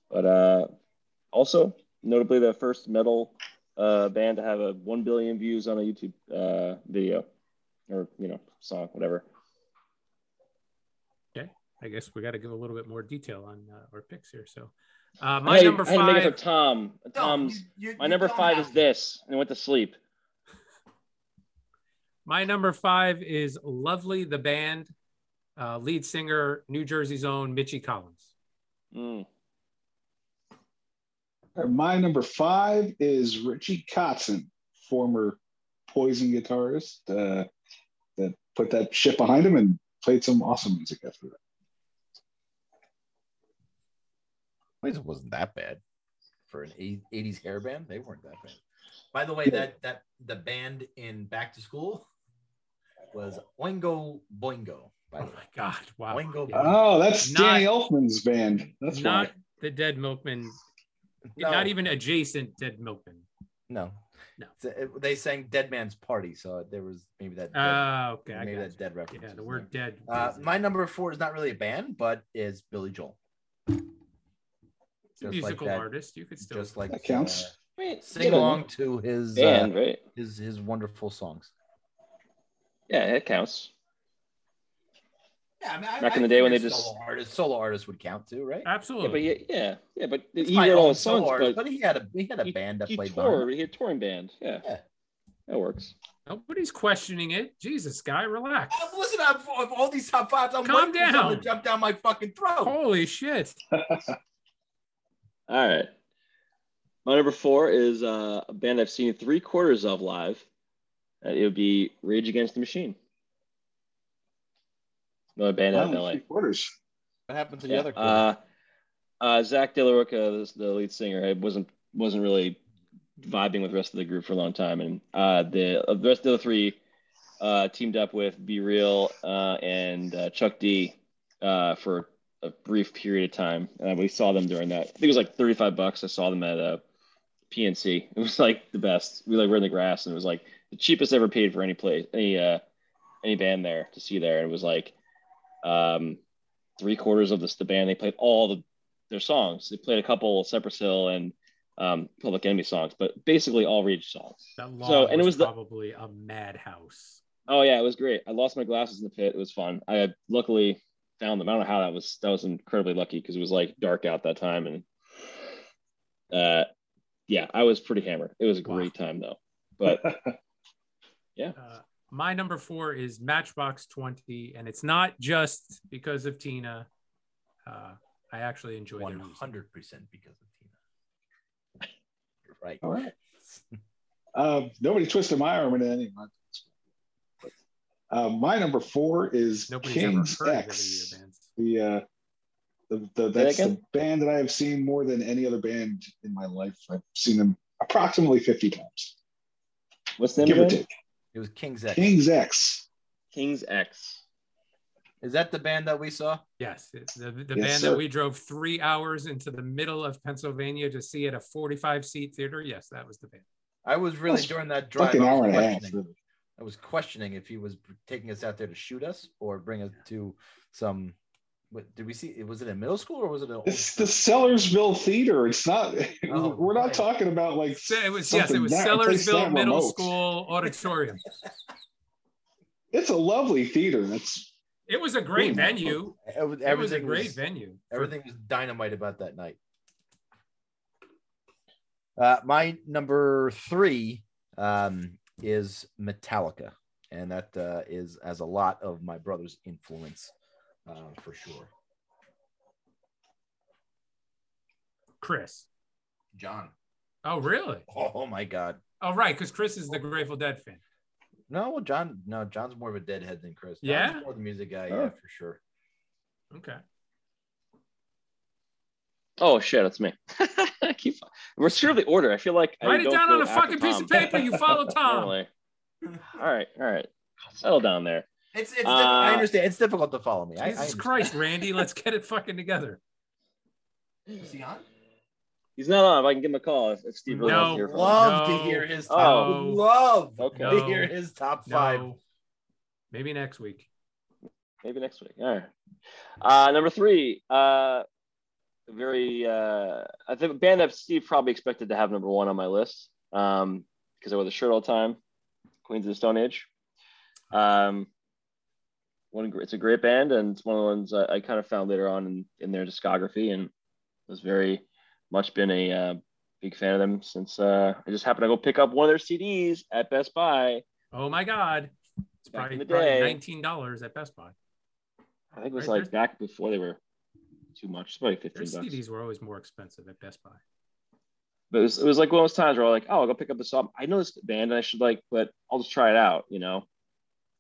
but uh, also notably the first metal uh, band to have a one billion views on a YouTube uh, video or you know song, whatever. I guess we got to give a little bit more detail on uh, our picks here. So, uh, my Hey, number I had to make it five. for Tom. Um, Tom's my number five is this, and I went to sleep. My number five is Lovely the Band, uh, lead singer, New Jersey's own Mitchie Collins. Mm. My number five is Richie Kotzen, former Poison guitarist uh, that put that shit behind him and played some awesome music after that. Poison wasn't that bad for an eight- 80s hair band. They weren't that bad. By the way, that that the band in Back to School was Oingo Boingo. By Oh the my way, God! Wow. Oingo Yeah. Boingo. Oh, that's Not- Danny Elfman's band. That's Not why. the Dead Milkman. No. Not even adjacent Dead Milkman. No, No. It's- it- they sang Dead Man's Party, so there was maybe that. dead- Ah, okay. I maybe got that dead you. reference. Yeah, the was word there. dead. Uh, is- my number four is not really a band, but is Billy Joel. it's a just like musical that- artist. You could still Just like That counts. uh, Wait, sing along to his uh, band, right? his his wonderful songs. Yeah, it counts. Yeah, I mean, I, Back in the day when they figured just- solo artists, solo artists would count too, right? Yeah, but absolutely. yeah, yeah, yeah but It's he my wrote own all his songs, solo artist, but but he had a he had a he- band that he played toured. behind. He had a touring band. Yeah, Yeah. that works. Nobody's questioning it. Jesus, guy, relax. Uh, Listen, I'm, of all these top fives, I'm Calm waiting for someone down. to jump down my fucking throat. Holy shit! All right. My number four is uh, a band I've seen three quarters of live. Uh, it would be Rage Against the Machine. Another band out of Wow, LA. three quarters. What happened to the Yeah. other? Uh, uh, Zach De La Rocca, this- the lead singer, had- wasn't wasn't really vibing with the rest of the group for a long time, and uh, the, uh, the rest of the three uh, teamed up with Be Real uh, and uh, Chuck D uh, for a brief period of time, and we saw them during that. I think it was like thirty five bucks. I saw them at uh, a PNC. It was like the best. We like were in the grass, and it was like the cheapest ever paid for any place, any uh, any band there to see there. And it was like. Um, three quarters of this, the band. They played all the, their songs. They played a couple Cypress Hill and um, Public Enemy songs, but basically all Rage songs. That lawn So, and it was, was the- probably a madhouse. Oh yeah, it was great. I lost my glasses in the pit. It was fun. I luckily found them. I don't know how that was. That was incredibly lucky because it was like dark out that time, and uh, yeah, I was pretty hammered. It was a Wow. great time though. But Uh, my number four is Matchbox Twenty, and it's not just because of Tina. Uh, I actually enjoy their One music. hundred percent because of Tina. You're right. All right. Uh, nobody twisted my arm into any of my picks. Uh, my number four is Nobody's King's ever heard X. of any of your bands. The, uh, the, the that that's the again? band that I have seen more than any other band in my life. I've seen them approximately 50 times, what's the name give or of it? take. It was King's X. King's X. King's X. Is that the band that we saw? Yes, it's the, the Yes, band sir. that we drove three hours into the middle of Pennsylvania to see at a 45 seat theater. Yes, that was the band. I was really That's during that drive. Fucking I was hour and a half. questioning- Really. I was questioning if he was taking us out there to shoot us or bring us to some What, did we see? Was it in middle school or was it an old? It's the Sellersville Theater. It's not. Oh, we're not right. talking about like. So it was yes, it something was that- a place Sellersville that Middle remote. School auditorium. It's a lovely theater. That's It was a great Ooh. venue. Ev- It was a Everything great was- venue. Everything was dynamite about that night. Uh, my number three um, is Metallica, and that uh, is as a lot of my brother's influence uh, for sure. Chris. John. Oh, really? Oh my God! Oh, right, because Chris is the Grateful Dead fan. No, well, John. No, John's more of a deadhead than Chris. John's Yeah? more the music guy. Oh. Yeah, for sure. Okay. Oh shit, that's me. I keep, we're sure of the order. I feel like I Write it don't down on go a after fucking piece Tom. of paper. You follow Tom. Normally. All right, all right. Settle down there. It's it's. Uh, I understand. It's difficult to follow me. I, I Jesus understand. Christ, Randy, let's get it fucking together. Is he on? He's not on. If I can give him a call, if, if Steve really No, wants to hear from him. Love No. to hear his top. Oh. would Love Okay. to hear his top five. No. Maybe next week. Maybe next week. All right. Uh, number three. Uh, very. Uh, I think a band that Steve probably expected to have number one on my list because I wear the shirt all the time. Queens of the Stone Age. Um, one. gr- It's a great band, and it's one of the ones I, I kind of found later on in, in their discography, and was very much been a uh, big fan of them since uh, I just happened to go pick up one of their CDs at Best Buy. Oh my God. It's Back probably, in the probably day. $19 at Best Buy. I think it was Right, like back before they were too much. It's probably Their fifteen bucks. CDs were always more expensive at Best Buy. but it was, it was like one of those times where I was like, oh, I'll go pick up this album. I know this band and I should like, but I'll just try it out, you know?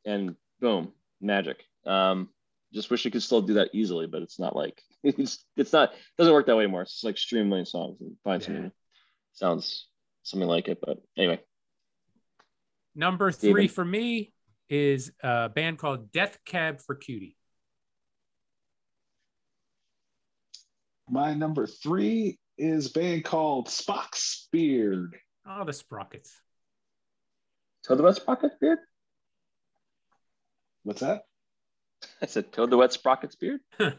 And boom, magic. Um, just wish you could still do that easily, but it's not like, it's, it's not, it doesn't work that way anymore. It's just like streamline songs and find Yeah. something that sounds something like it. But anyway, Number three Steven. for me is a band called Death Cab for Cutie. my number three. Is a band called Spock's Beard. Oh, the Sprockets. Toad the Wet Sprocket's beard? What's that? I said Toad the Wet Sprocket's beard? Uh,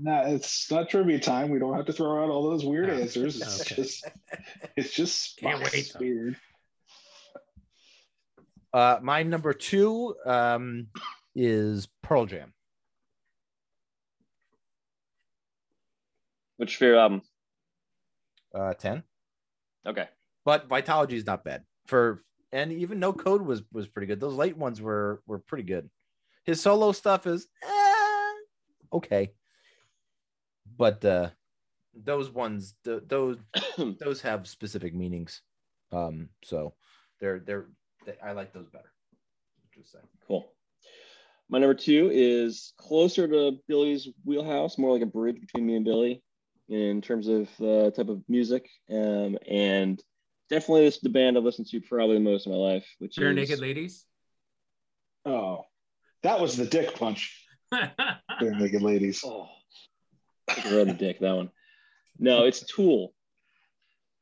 no, it's not trivia time. We don't have to throw out all those weird Oh, answers. It's okay. just, it's just Can't Spock's wait, though. Beard. Uh, my number two um, is Pearl Jam. Which for your album? Uh, Ten, Okay. but Vitology is not bad for, and even No Code was was pretty good. Those late ones were were pretty good. His solo stuff is eh, okay, but uh, those ones th- those those have specific meanings. Um, so they're they're they, I like those better. Just saying. Cool. My number two is closer to Billy's wheelhouse, more like a bridge between me and Billy in terms of uh, type of music. Um, and definitely this is the band I've listened to probably the most in my life, which Bare is Naked Ladies. Oh, that was the dick punch. Bare naked ladies. Oh, road to dick, that one. No, it's Tool.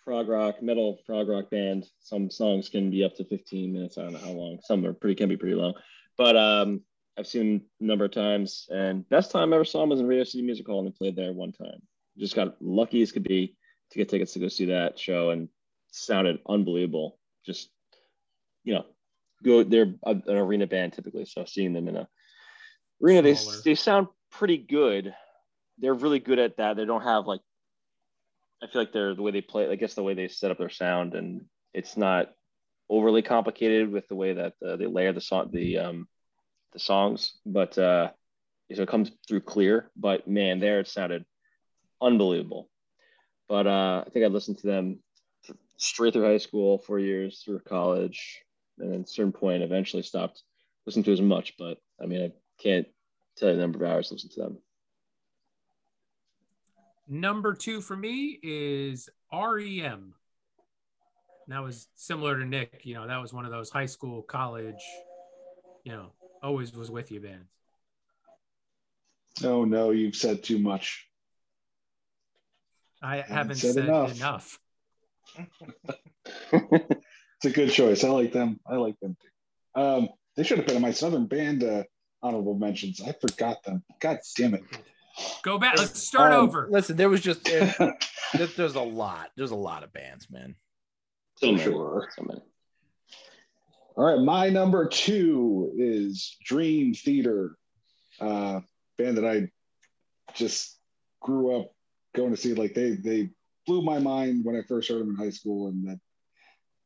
Prog rock, metal prog rock band. Some songs can be up to 15 minutes. I don't know how long. Some are pretty can be pretty long. But um, I've seen them a number of times. And best time I ever saw them was in Radio City Music Hall, and they played there one time. Just got lucky as could be to get tickets to go see that show, and sounded unbelievable. Just you know, go they're a- an arena band typically, so seeing them in a arena, they Smaller. they sound pretty good. They're really good at that. They don't have like I feel like they're the way they play. I guess the way they set up their sound, and it's not overly complicated with the way that uh, they layer the song, the um, the songs. But uh, so it comes through clear. But man, there it sounded unbelievable. But uh, I think I listened to them straight through high school, four years through college, and then at a certain point, eventually stopped listening to as much. But I mean, I can't tell you the number of hours I listened to them. Number two for me is REM. And That was similar to Nick. You know, that was one of those high school, college, you know, always was with you bands. Oh no, you've said too much. I haven't said said, enough. enough. It's a good choice. I like them. I like them too. Um, they should have been in my Southern band uh, honorable mentions. I forgot them. God damn it. Go back. Let's start Um, over. Listen, there was just eh, there- there's a lot. There's a lot of bands, man. So many. Sure. So many. All right, my number two is Dream Theater, uh, band that I just grew up going to see. Like they they blew my mind when I first heard them in high school, and that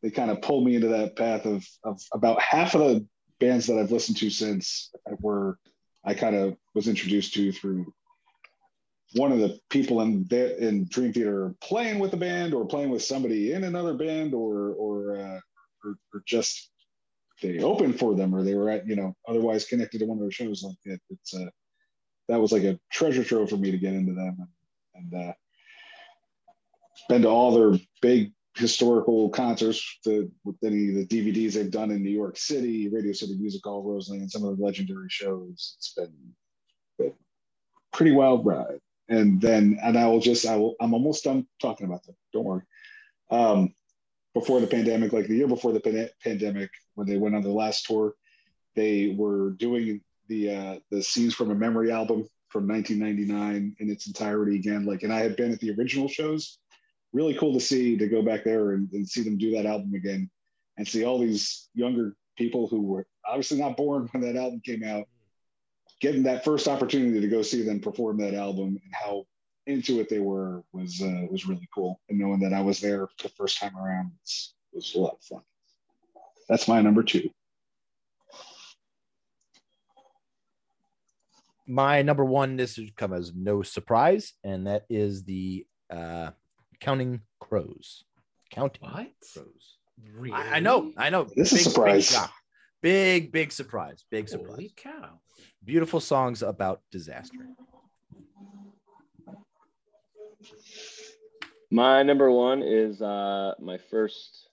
they kind of pulled me into that path of of about half of the bands that I've listened to since were I kind of was introduced to through one of the people in the, in Dream Theater playing with the band or playing with somebody in another band or or uh, or, or just they opened for them or they were at you know otherwise connected to one of their shows like it, it's uh that was like a treasure trove for me to get into them and, and uh been to all their big historical concerts the, with any of the dvds they've done in new york city radio city music hall roseland some of the legendary shows it's been, been a pretty wild ride and then and i will just i will i'm almost done talking about them don't worry um before the pandemic, like the year before the pan- pandemic, when they went on their last tour, they were doing the uh, the scenes from a memory album from 1999 in its entirety again. Like, and I had been at the original shows. Really cool to see to go back there and, and see them do that album again, and see all these younger people who were obviously not born when that album came out, getting that first opportunity to go see them perform that album and how into it they were was uh, was really cool. And knowing that I was there the first time around was, was a lot of fun. That's my number two. My number one, this has come as no surprise, and that is the uh Counting Crows. Counting What? Crows. Really? I, I know, I know. This is Big, surprise. shock. big, big surprise. Big surprise. Holy cow. Beautiful songs about disaster. Oh, My number one is uh, my first,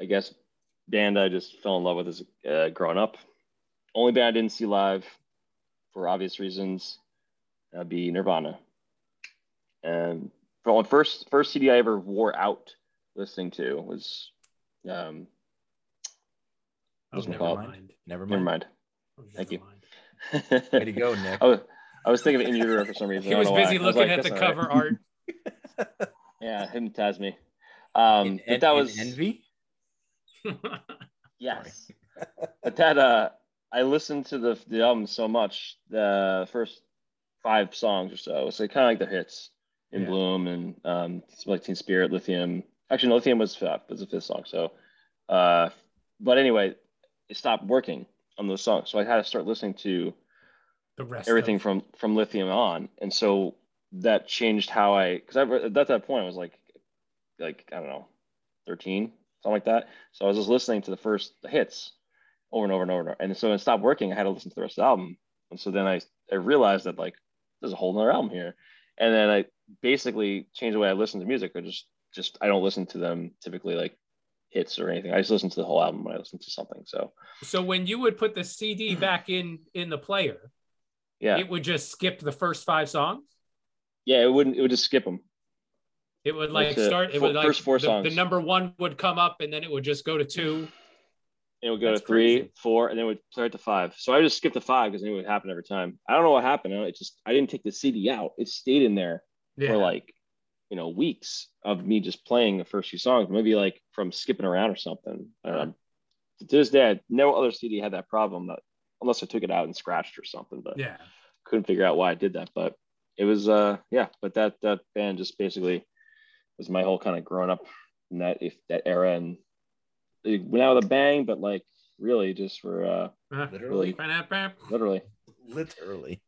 I guess, band I just fell in love with as uh, growing up. Only band I didn't see live, for obvious reasons, that'd be Nirvana. And for one first first CD I ever wore out listening to was, um, Oh, Doesn't never pop. mind. Never mind. never mind. Oh, Thank never you. mind. Way to go, Nick. I Um, was, I was thinking of In Utero for some reason. He I don't was know busy why. I looking like, at the "That's not right." cover art. Yeah, hypnotized me. Um, In- but in- that in was envy. Yes. but that uh I listened to the the album so much, the first five songs or so. So kind of like the hits in Yeah. Bloom and um like Teen Spirit, Lithium. Actually, no, Lithium was fifth, was the fifth song. So uh but anyway, it stopped working on those songs. So I had to start listening to the rest everything of- from from lithium on and so that changed how i because i at that point i was like like i don't know 13 something like that so i was just listening to the first hits over and over and over and, over. and so it stopped working i had to listen to the rest of the album and so then i i realized that like there's a whole nother album here and then i basically changed the way i listen to music i just just i don't listen to them typically like hits or anything i just listen to the whole album when i listen to something so so when you would put the CD back in in the player, yeah it would just skip the first five songs. yeah it wouldn't it would just skip them It would like That's it. start. It Four- would like first four the, songs. the number one would come up, and then it would just go to two. It would go That's to three, crazy. four, and then it would play it to five. So I just skipped the five because it would happen every time. I don't know what happened. It just I didn't take the CD out. It stayed in there Yeah. for like you know weeks of me just playing the first few songs, maybe like from skipping around or something. Um, to this day, I- no other CD had that problem, that, unless I took it out and scratched or something. But yeah. couldn't figure out why I did that, but it was uh yeah, but that that band just basically was my whole kind of growing up in that if that era and it went out with a bang, but like really just for uh Uh, Literally. literally Literally.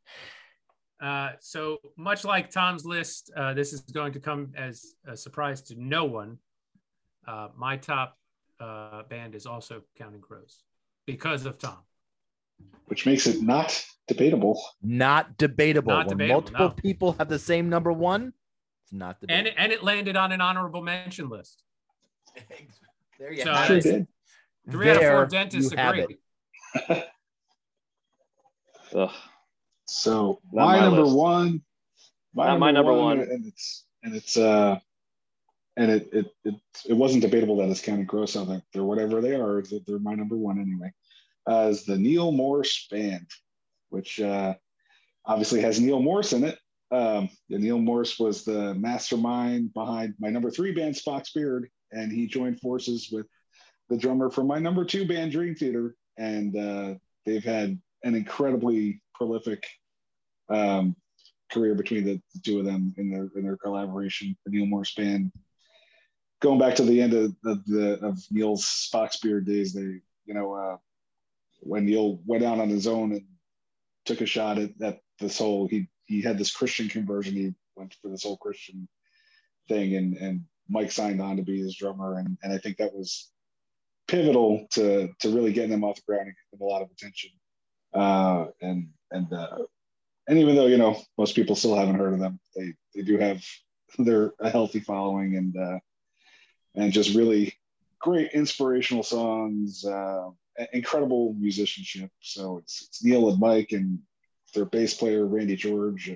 Uh, so much like Tom's list, uh, this is going to come as a surprise to no one. Uh, my top uh, band is also Counting Crows because of Tom. which makes it not debatable. Not debatable. Not when debatable, multiple no. people have the same number one, it's not and debatable. it, and it landed on an honorable mention list. there you So, have uh, Sure it. did. Three out of four There dentists you have agree. Ugh. So Not my, my number list. one, Not my number one. and it's and it's uh, and it it it, it wasn't debatable that it's County Gross. I think they're whatever they are. They're, they're my number one anyway. Uh, is the Neil Morse band which uh, obviously has Neil Morse in it. Um, and Neil Morse was the mastermind behind my number three band, Spock's Beard, and he joined forces with the drummer for my number two band, Dream Theater. And uh, they've had an incredibly prolific um, career between the, the two of them in their in their collaboration. The Neil Morse band, going back to the end of the, the of Neil's Spock's Beard days, they you know uh, when Neil went out on his own and took a shot at, at this whole he he had this Christian conversion. He went for this whole Christian thing, and and Mike signed on to be his drummer, and and I think that was pivotal to to really getting him off the ground and getting him a lot of attention. Uh, and and uh, and even though you know most people still haven't heard of them, they they do have they're a healthy following and uh, and just really great inspirational songs, uh, incredible musicianship. So it's, it's Neil and Mike and their bass player Randy George, uh,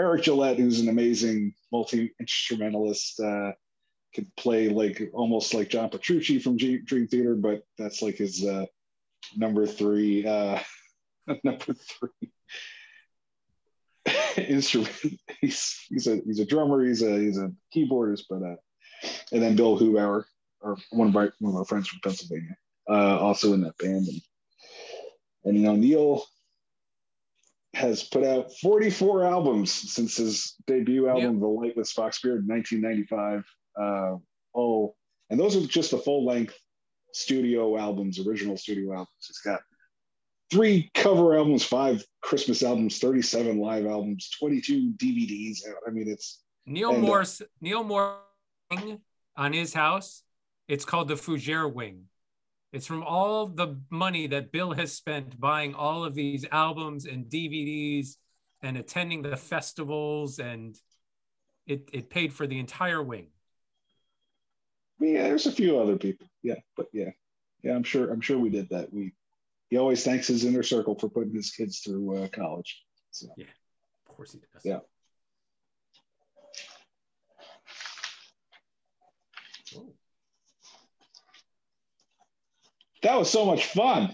Eric Gillette, who's an amazing multi instrumentalist. Uh, could play like almost like John Petrucci from G- Dream Theater, but that's like his uh, number three uh, number three instrument. He's he's a he's a drummer. He's a he's a keyboardist. But uh, and then Bill Hubauer, or one of my one of our friends from Pennsylvania, uh, also in that band. And, and you know Neil has put out 44 albums since his debut album, The Light with Spock Spirit, in 1995. Uh, all and those are just the full length studio albums, original studio albums. He's got three cover albums, five Christmas albums, 37 live albums, 22 DVDs. out. I mean, it's Neil And, uh, Morse, Neil Morse on his house. It's called the Fougere Wing. It's from all the money that Bill has spent buying all of these albums and DVDs and attending the festivals and it, it paid for the entire wing. yeah, there's a few other people. Yeah, but yeah, yeah, I'm sure I'm sure we did that. We he always thanks his inner circle for putting his kids through uh, college. So Of course he does. Yeah. that was so much fun.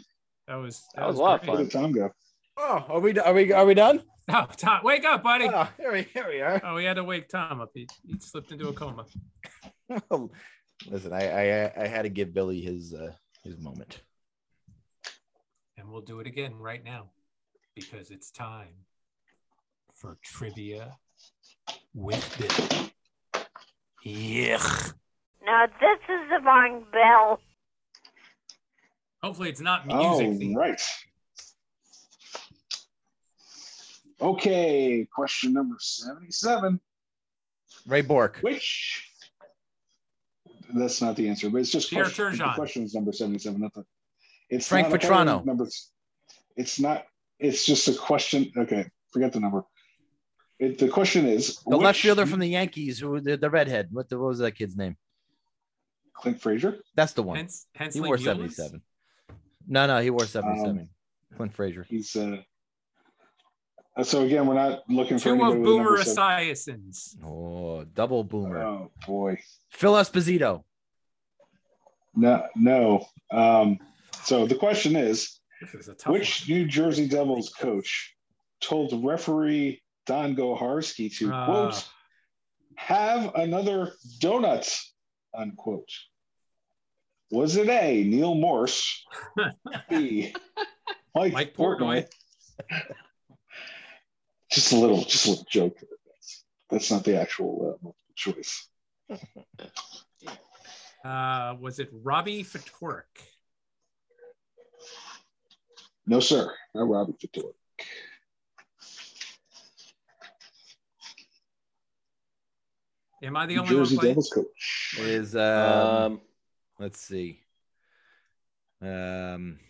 That was That was a lot of great. Where did Tom go? Oh, are we are we are we done? Oh, Tom, wake up, buddy. Oh, here we here we are. Oh, we had to wake Tom up. He, he slipped into a coma. Listen, I, I I had to give Billy his uh, his moment. And we'll do it again right now because it's time for trivia with Bill. Yuck. Now this is the wrong bell. Hopefully, it's not music. Oh, themed. right. Okay, question number 77. Ray Bork. Which? That's not the answer, but it's just Pierre question, the Turgeon. question is number 77. Not the, it's Frank not a Petrano. question Number, it's not, it's just a question. Okay, forget the number. It, the question is The left which- fielder from the Yankees, who the, the redhead. What, the, what was that kid's name? Clint Frazier. That's the one. Hence, He Hensley wore Mullins? 77. No, no, he wore 77. Um, Clint Frazier. He's uh, so again, we're not looking for Two anybody of with a number Boomer seven. Esiasons. Oh, double boomer. uh, Oh boy. Phil Esposito. No, no. Um, so the question is, This is a tough which New Jersey Devils coach told referee Don Goharski to Ah. quote have another donut unquote? Was it A. Neil Morse, B. Mike, Mike Portnoy? just a little, just a little joke. That's, that's not the actual uh, choice. one. Uh, was it Robbie Fatorik? No, sir. Not Robbie Fedor. Am I the New only one Jersey playing? Devils coach. Is um, Um, let's see. Um,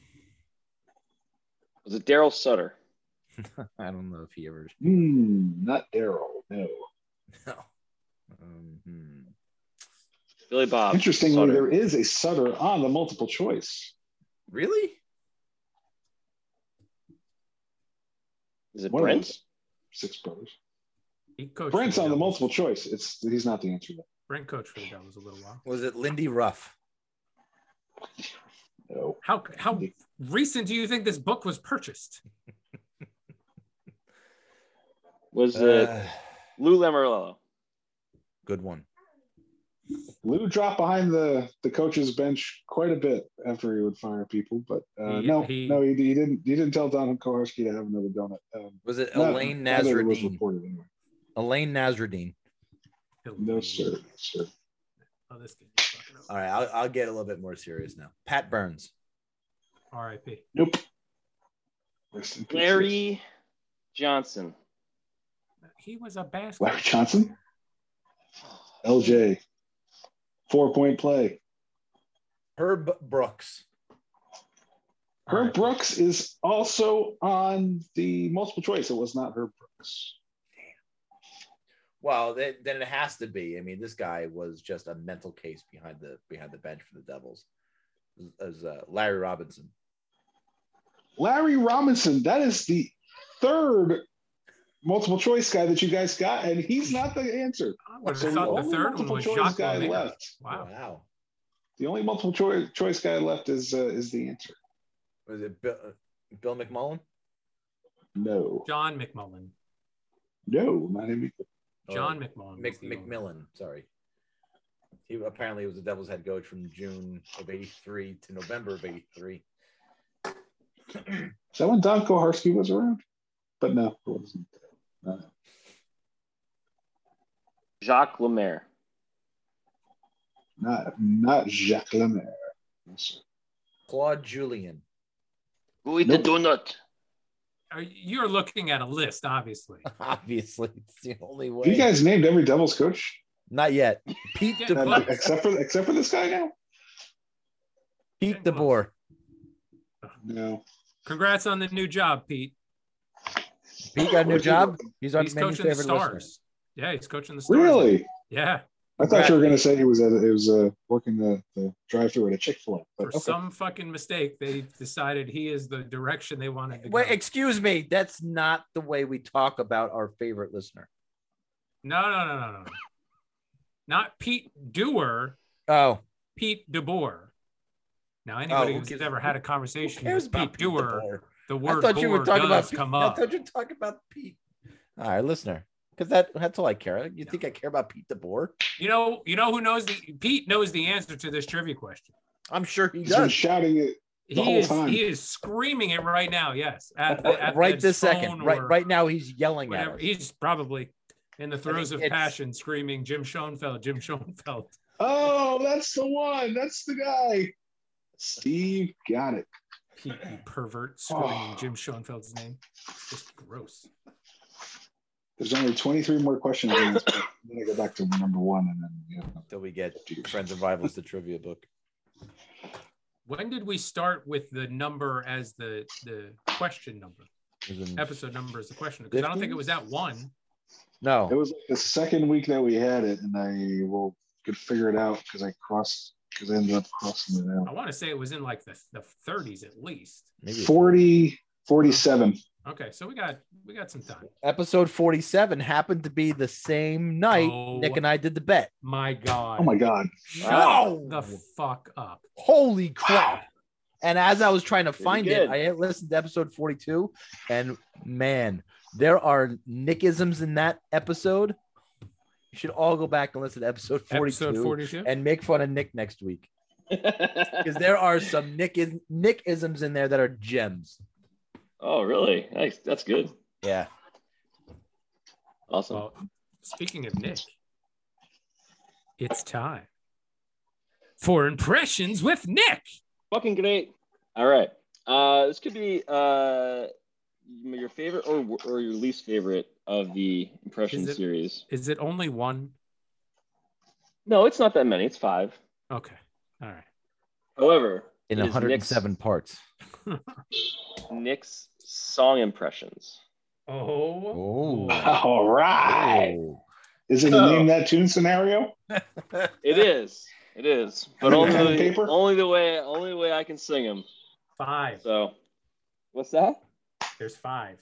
was it Daryl Sutter? I don't know if he ever. Hmm, not Daryl. No. Um, hmm. Billy Bob. Interestingly, Oh, Sutter. there is a Sutter on the multiple choice. Really? Is it One of Brent? those Six brothers. He coached Brent's for on the Devils. multiple choice. It's he's not the answer. though. Brent coached for the Devils a little while. Was it Lindy Ruff? No. How how recent do you think this book was purchased? Was it Lou Lamorello? Uh, good one. Lou dropped behind the the coach's bench quite a bit after he would fire people, but uh, He- no, he- no, he, he didn't. He didn't tell Don Kowarski to have another donut. Um, Was it not- Elaine not that it was Nazardine? reported anyway. Elaine Nazardine. Hmm. No sir, sir. Oh, this kid is fucking up. All right, I'll, I'll get a little bit more serious now. Pat Burns. R.I.P. Nope. Rest in peace. Larry Johnson. He was a basketball. Larry Johnson. LJ. Four point play. Herb Brooks. Herb Brooks is also on the multiple choice. It was not Herb Brooks. Well, then then it has to be. I mean, this guy was just a mental case behind the behind the bench for the Devils. As uh, Larry Robinson. Larry Robinson, that is the third multiple choice guy that you guys got, and he's not the answer. I would So have the thought the only third one multiple was choice Jacques guy Lemaire. left. Wow. The only multiple choice choice guy left is uh, is the answer. Was it Bill, Bill McMullen? No, John McMullen. no, not him. either. John Or McMullen. Mc, was the owner. Oh, McMillan. Sorry. He apparently was the Devils head coach from June of '83 to November of '83. Is that when Don Koharski was around? But no, it wasn't. No. Jacques Lemaire. Not not Jacques Lemaire. No, sir. Claude Julian. Who eat Nope. the donut? Are- You're looking at a list, obviously. Obviously, it's the only way. You guys named every Devils coach Not yet. Pete Get DeBoer. Not- except for except for this guy now. Pete DeBoer. No, Congrats on the new job, Pete. Pete got a new Where's he job. working? He's on he's many coaching the favorite stars. listeners. Yeah, he's coaching the stars. Really? Yeah. I thought you were going to say he was at, it was uh, working the, the drive through at a Chick Fil A. For But okay. some fucking mistake, they decided he is the direction they wanted to go. Wait, excuse me. That's not the way we talk about our favorite listener. No, no, no, no, no. Not Pete Doer, Oh, Pete DeBoer. Now, anybody who who's gives- ever had a who conversation cares with Pete, about Pete Doer, DeBoer? the word I thought you were "boer" talking does about Pete. come I up. thought you were talking about Pete. All right, listener, because that that's all I care. You think I care about Pete DeBoer? You know, you know who knows the Pete knows the answer to this trivia question. I'm sure he he's been does. shouting it. The He whole is time. he is screaming it right now. Yes, at the- at Uh, right his this phone second, or right right now, he's yelling Whatever. at us. He's probably in the throes of it's- passion, screaming Jim Schoenfeld, Jim Schoenfeld. Oh, that's the one. That's the guy. Steve got it. Pete, you pervert, screaming Oh. Jim Schoenfeld's name. It's just gross. There's only 23 more questions. In this, but then I go back to number one, and then you know, Till we get friends and rivals, the trivia book. When did we start with the number as the the question number? It was in- Episode number is the question because I don't think it was that one. it No, was like the second week that we had it, and I will could figure it out because I crossed because I ended up crossing it I out. want to say it was in like the, the 30s at least. maybe it's- 40, 47. Okay, so we got we got some time. episode 47 happened to be the same night Oh. Nick and I did the bet. My God. Oh my God! Shut Wow. the fuck up. Holy crap. And as I was trying to find it, good. I had listened to episode 42, and man, there are Nickisms in that episode. You should all go back and listen to episode 42 Episode 42. and make fun of Nick next week because there are some Nick Nickisms in there that are gems. oh, really? Nice. That's good. Yeah. Awesome. Well, speaking of Nick, it's time for impressions with Nick. Fucking great. All right. Uh, this could be uh, your favorite or, or your least favorite of the impression Is it- series. Is it only one? No, it's not that many. It's five. Okay. All right. However, In it is 107 parts. Nick's, Nick's song impressions. Oh. All right. Oh. Is it a name that tune scenario? It is. It is. But Have you pen only and paper? only the way only the way I can sing them. Five. So, what's that? There's five.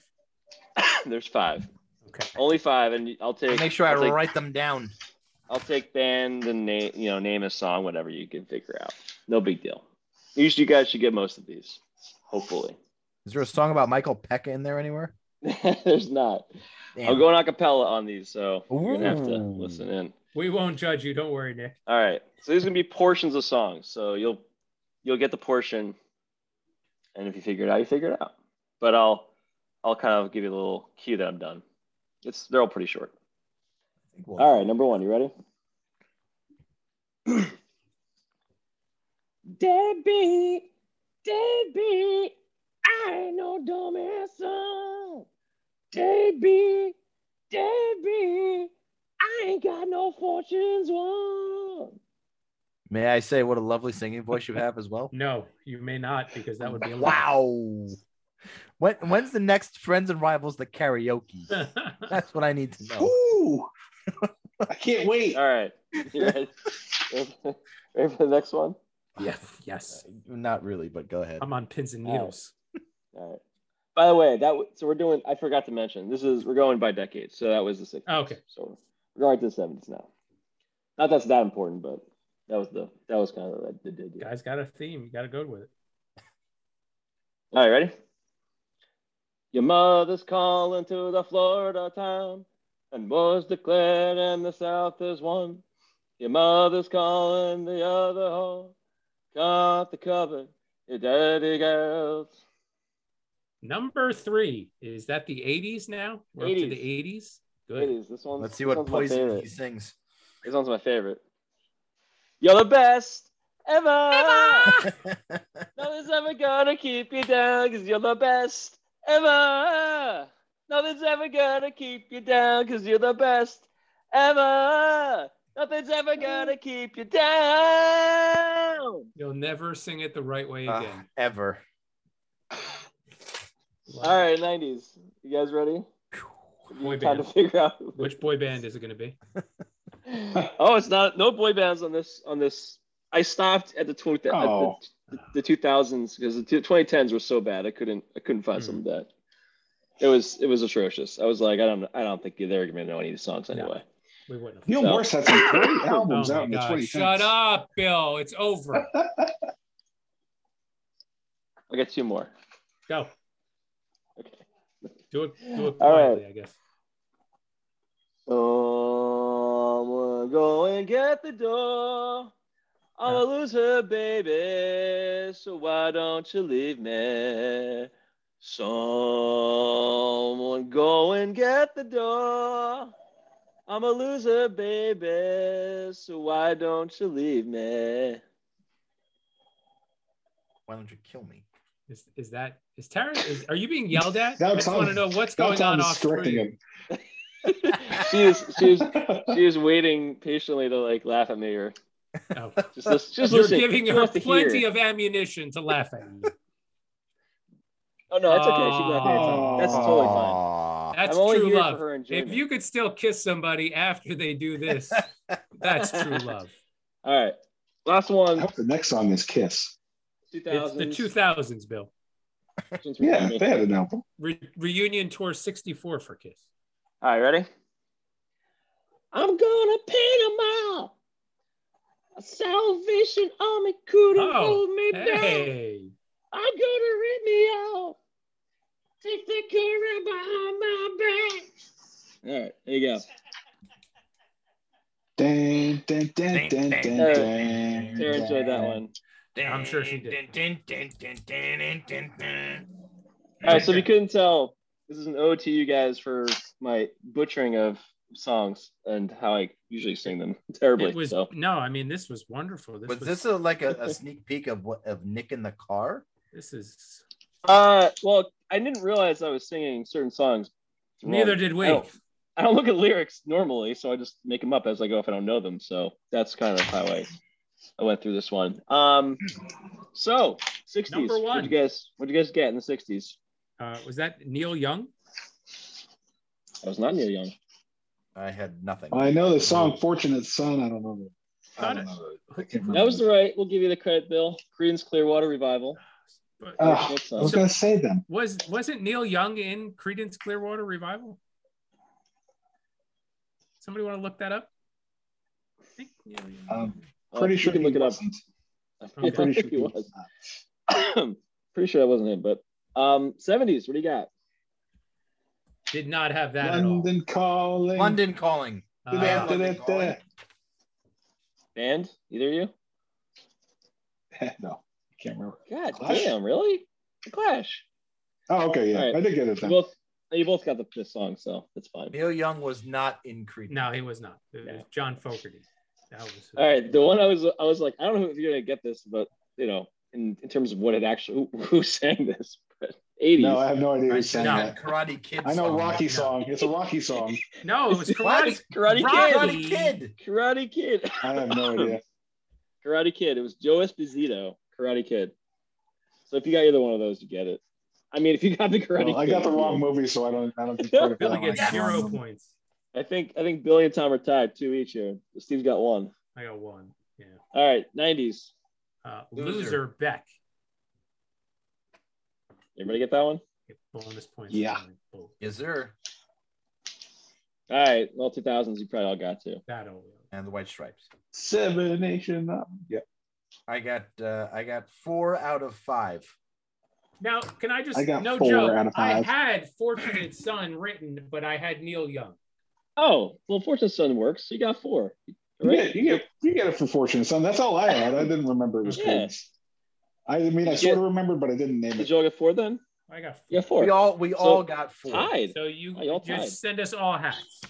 There's five. Okay. Only five, and I'll take. Make sure I I'll take, write them down. I'll take band and name. You know, name a song, whatever you can figure out. No big deal. Usually, you guys should get most of these. Hopefully, Is there a song about Michael Pekka in there anywhere? There's not. I'm going a cappella on these, so you're gonna have to listen in. We won't judge you. Don't worry, Nick. All right. So these are gonna be portions of songs. So you'll you'll get the portion, and if you figure it out, you figure it out. But I'll I'll kind of give you a little cue that I'm done. It's they're all pretty short. All right, number one. You ready? Deadbeat, deadbeat, I ain't no dumbass son. Deadbeat, deadbeat, I ain't got no fortunes uh. won. May I say what a lovely singing voice you have as well? No, you may not because that would be a lie. Wow. When, when's the next Friends and Rivals the karaoke? That's what I need to know. Ooh, I can't wait. All right. You ready? ready for ready for the next one? yes. Yes. Uh, Not really, but go ahead. I'm on pins and needles. All right. By the way, that w- so we're doing. I forgot to mention this is we're going by decades. So that was the sixties. Okay. So we're going to the seventies now. Not that's that important, but that was the that was kind of the, the dig. You guys got a theme. You got to go with it. All right, ready? Your mother's calling to the Florida town, and was declared, and the South is one. Your mother's calling the other home. Got the cover, your daddy girls. Number three is that the 80s now? We're up to 80s. the 80s. Good. It is this one. Let's see what poison he sings. This one's my favorite. You're the best ever. Nothing's ever gonna keep you down because you're the best ever. Nothing's ever gonna keep you down because you're the best ever. Nothing's ever gonna keep you down. You'll never sing it the right way Ah, again. ever. All right, 90s. You guys ready? Boy Time to band. figure out. Which boy band is it going to be? oh, it's not no boy bands on this on this. I stopped at the twenty at Oh. the, the two thousands because the twenty tens were so bad. I couldn't I couldn't find Hmm. something that it was it was atrocious. I was like I don't I don't think they're gonna know any of the songs No. anyway. We wouldn't. have- Neil So- Morse had some great albums Oh out my in the God. 2010s. Shut up, Bill. It's over. I got two more. Go. Okay. Do it. Do it All right. quietly, I guess. Someone go and get the door. I'm a loser, baby. So why don't you leave me? Someone go and get the door. I'm a loser, baby. So why don't you leave me? Why don't you kill me? Is, is that is Tara? Is, are you being yelled at? Now I just Tom- want to know what's Now going Tom on is off correcting screen. him. she is she is she is waiting patiently to like laugh at me or Oh. just lis- just You're listen. giving She her wants to plenty hear. of ammunition to laugh at. You. Oh no, that's okay. She can laugh anytime. That's totally fine. Aw. That's I'm only true here love. for her enjoyment. If you could still kiss somebody after they do this, that's true love. All right, last I one. hope the next song is Kiss. It's the 2000s. 2000s, Bill. Since we're Yeah, coming. they had an album. Re- reunion tour 64 for Kiss. All right, ready? I'm gonna paint 'em all. A Salvation Army couldn't Oh, hold me down. Hey, I'm gonna rip me out. Take the current behind my back. All right, there you go. Dun, dun, dun, dun, dun, dun, Sarah enjoyed that dun. one. I'm sure she did. All right, so if you couldn't tell, this is an ode to you guys for my butchering of songs and how I usually sing them terribly. it was so no. I mean, this was wonderful. This Was was this a, like a, a sneak peek of what of Nick in the car? this is Uh, well, I didn't realize I was singing certain songs. wrong. neither did we. I don't, I don't look at lyrics normally, so I just make them up as I go if I don't know them. So that's kind of how I, I went through this one. Um, so sixties. Number one. What'd you guys? What'd you guys get in the sixties? Uh, was that Neil Young? I was not Neil Young. I had nothing. I know the song "Fortunate Son." I don't know. the- I Thought don't it- know. the- I can't That remember. was the right. We'll give you the credit, Bill. Creedence Clearwater Revival. But Uh. Oh, I was gonna say them. was wasn't Neil Young in Credence Clearwater Revival? Somebody want to look that up? I think Neil Young. Um, Uh, pretty you sure can he look it up. wasn't. Yeah, I'm pretty I sure think he he was. was. pretty sure that wasn't him, but um, seventies. What do you got? Did not have that at all. London calling. London calling. Uh, Da-da-da-da. And either of you? no, can't remember. God Clash? damn, really? The Clash. Oh, okay, yeah, All right. I did get it You then. both, you both got the, the song, so that's fine. Neil Young was not in Creed. no, he was not. It No. was John Fogerty. That was All right, the one I was I was like, I don't know if you're gonna get this, but you know, in, in terms of what it actually who, who sang this, but 80s. No, I have no idea I who sang sang No. that that. Karate Kid. I Oh, know song. Rocky song. It's a Rocky song. No, it was karate. Karate, Karate Rocky. Kid. Karate Kid. Karate Kid. I have no idea. Karate Kid. It was Joe Esposito. Karate Kid. So if you got either one of those, you get it. I mean, if you got the Karate Well, I Kid, got the you wrong get it. movie, so I don't. I don't think credit for Billy that one. Oh, I gets got the wrong zero movie. points. I think I think Billy and Tom are tied, two each here. Steve's got one. I got one. Yeah. All right, 90s. Uh, Loser. loser. Beck. Everybody get that one? Get bonus points. Yeah. for both. Yes, sir. All right. Well, 2000s, you probably all got to. That old. And the White Stripes. Seven Nation. Army. Yeah, I got uh, I got four out of five. Now, can I just I got no four joke? out of I five. had Fortunate Son written, but I had Neil Young. Oh, well, Fortune's Son works. So you got four. All you right. get, you get you get it for Fortune Son. That's all I had. I didn't remember it was Yeah. Creed's. I mean, I sort of remembered, but I didn't name Did it. you all get four then? I got You four. got four. We all we So- all got four. tied. So you Oh, y'all tied. just send us all hats.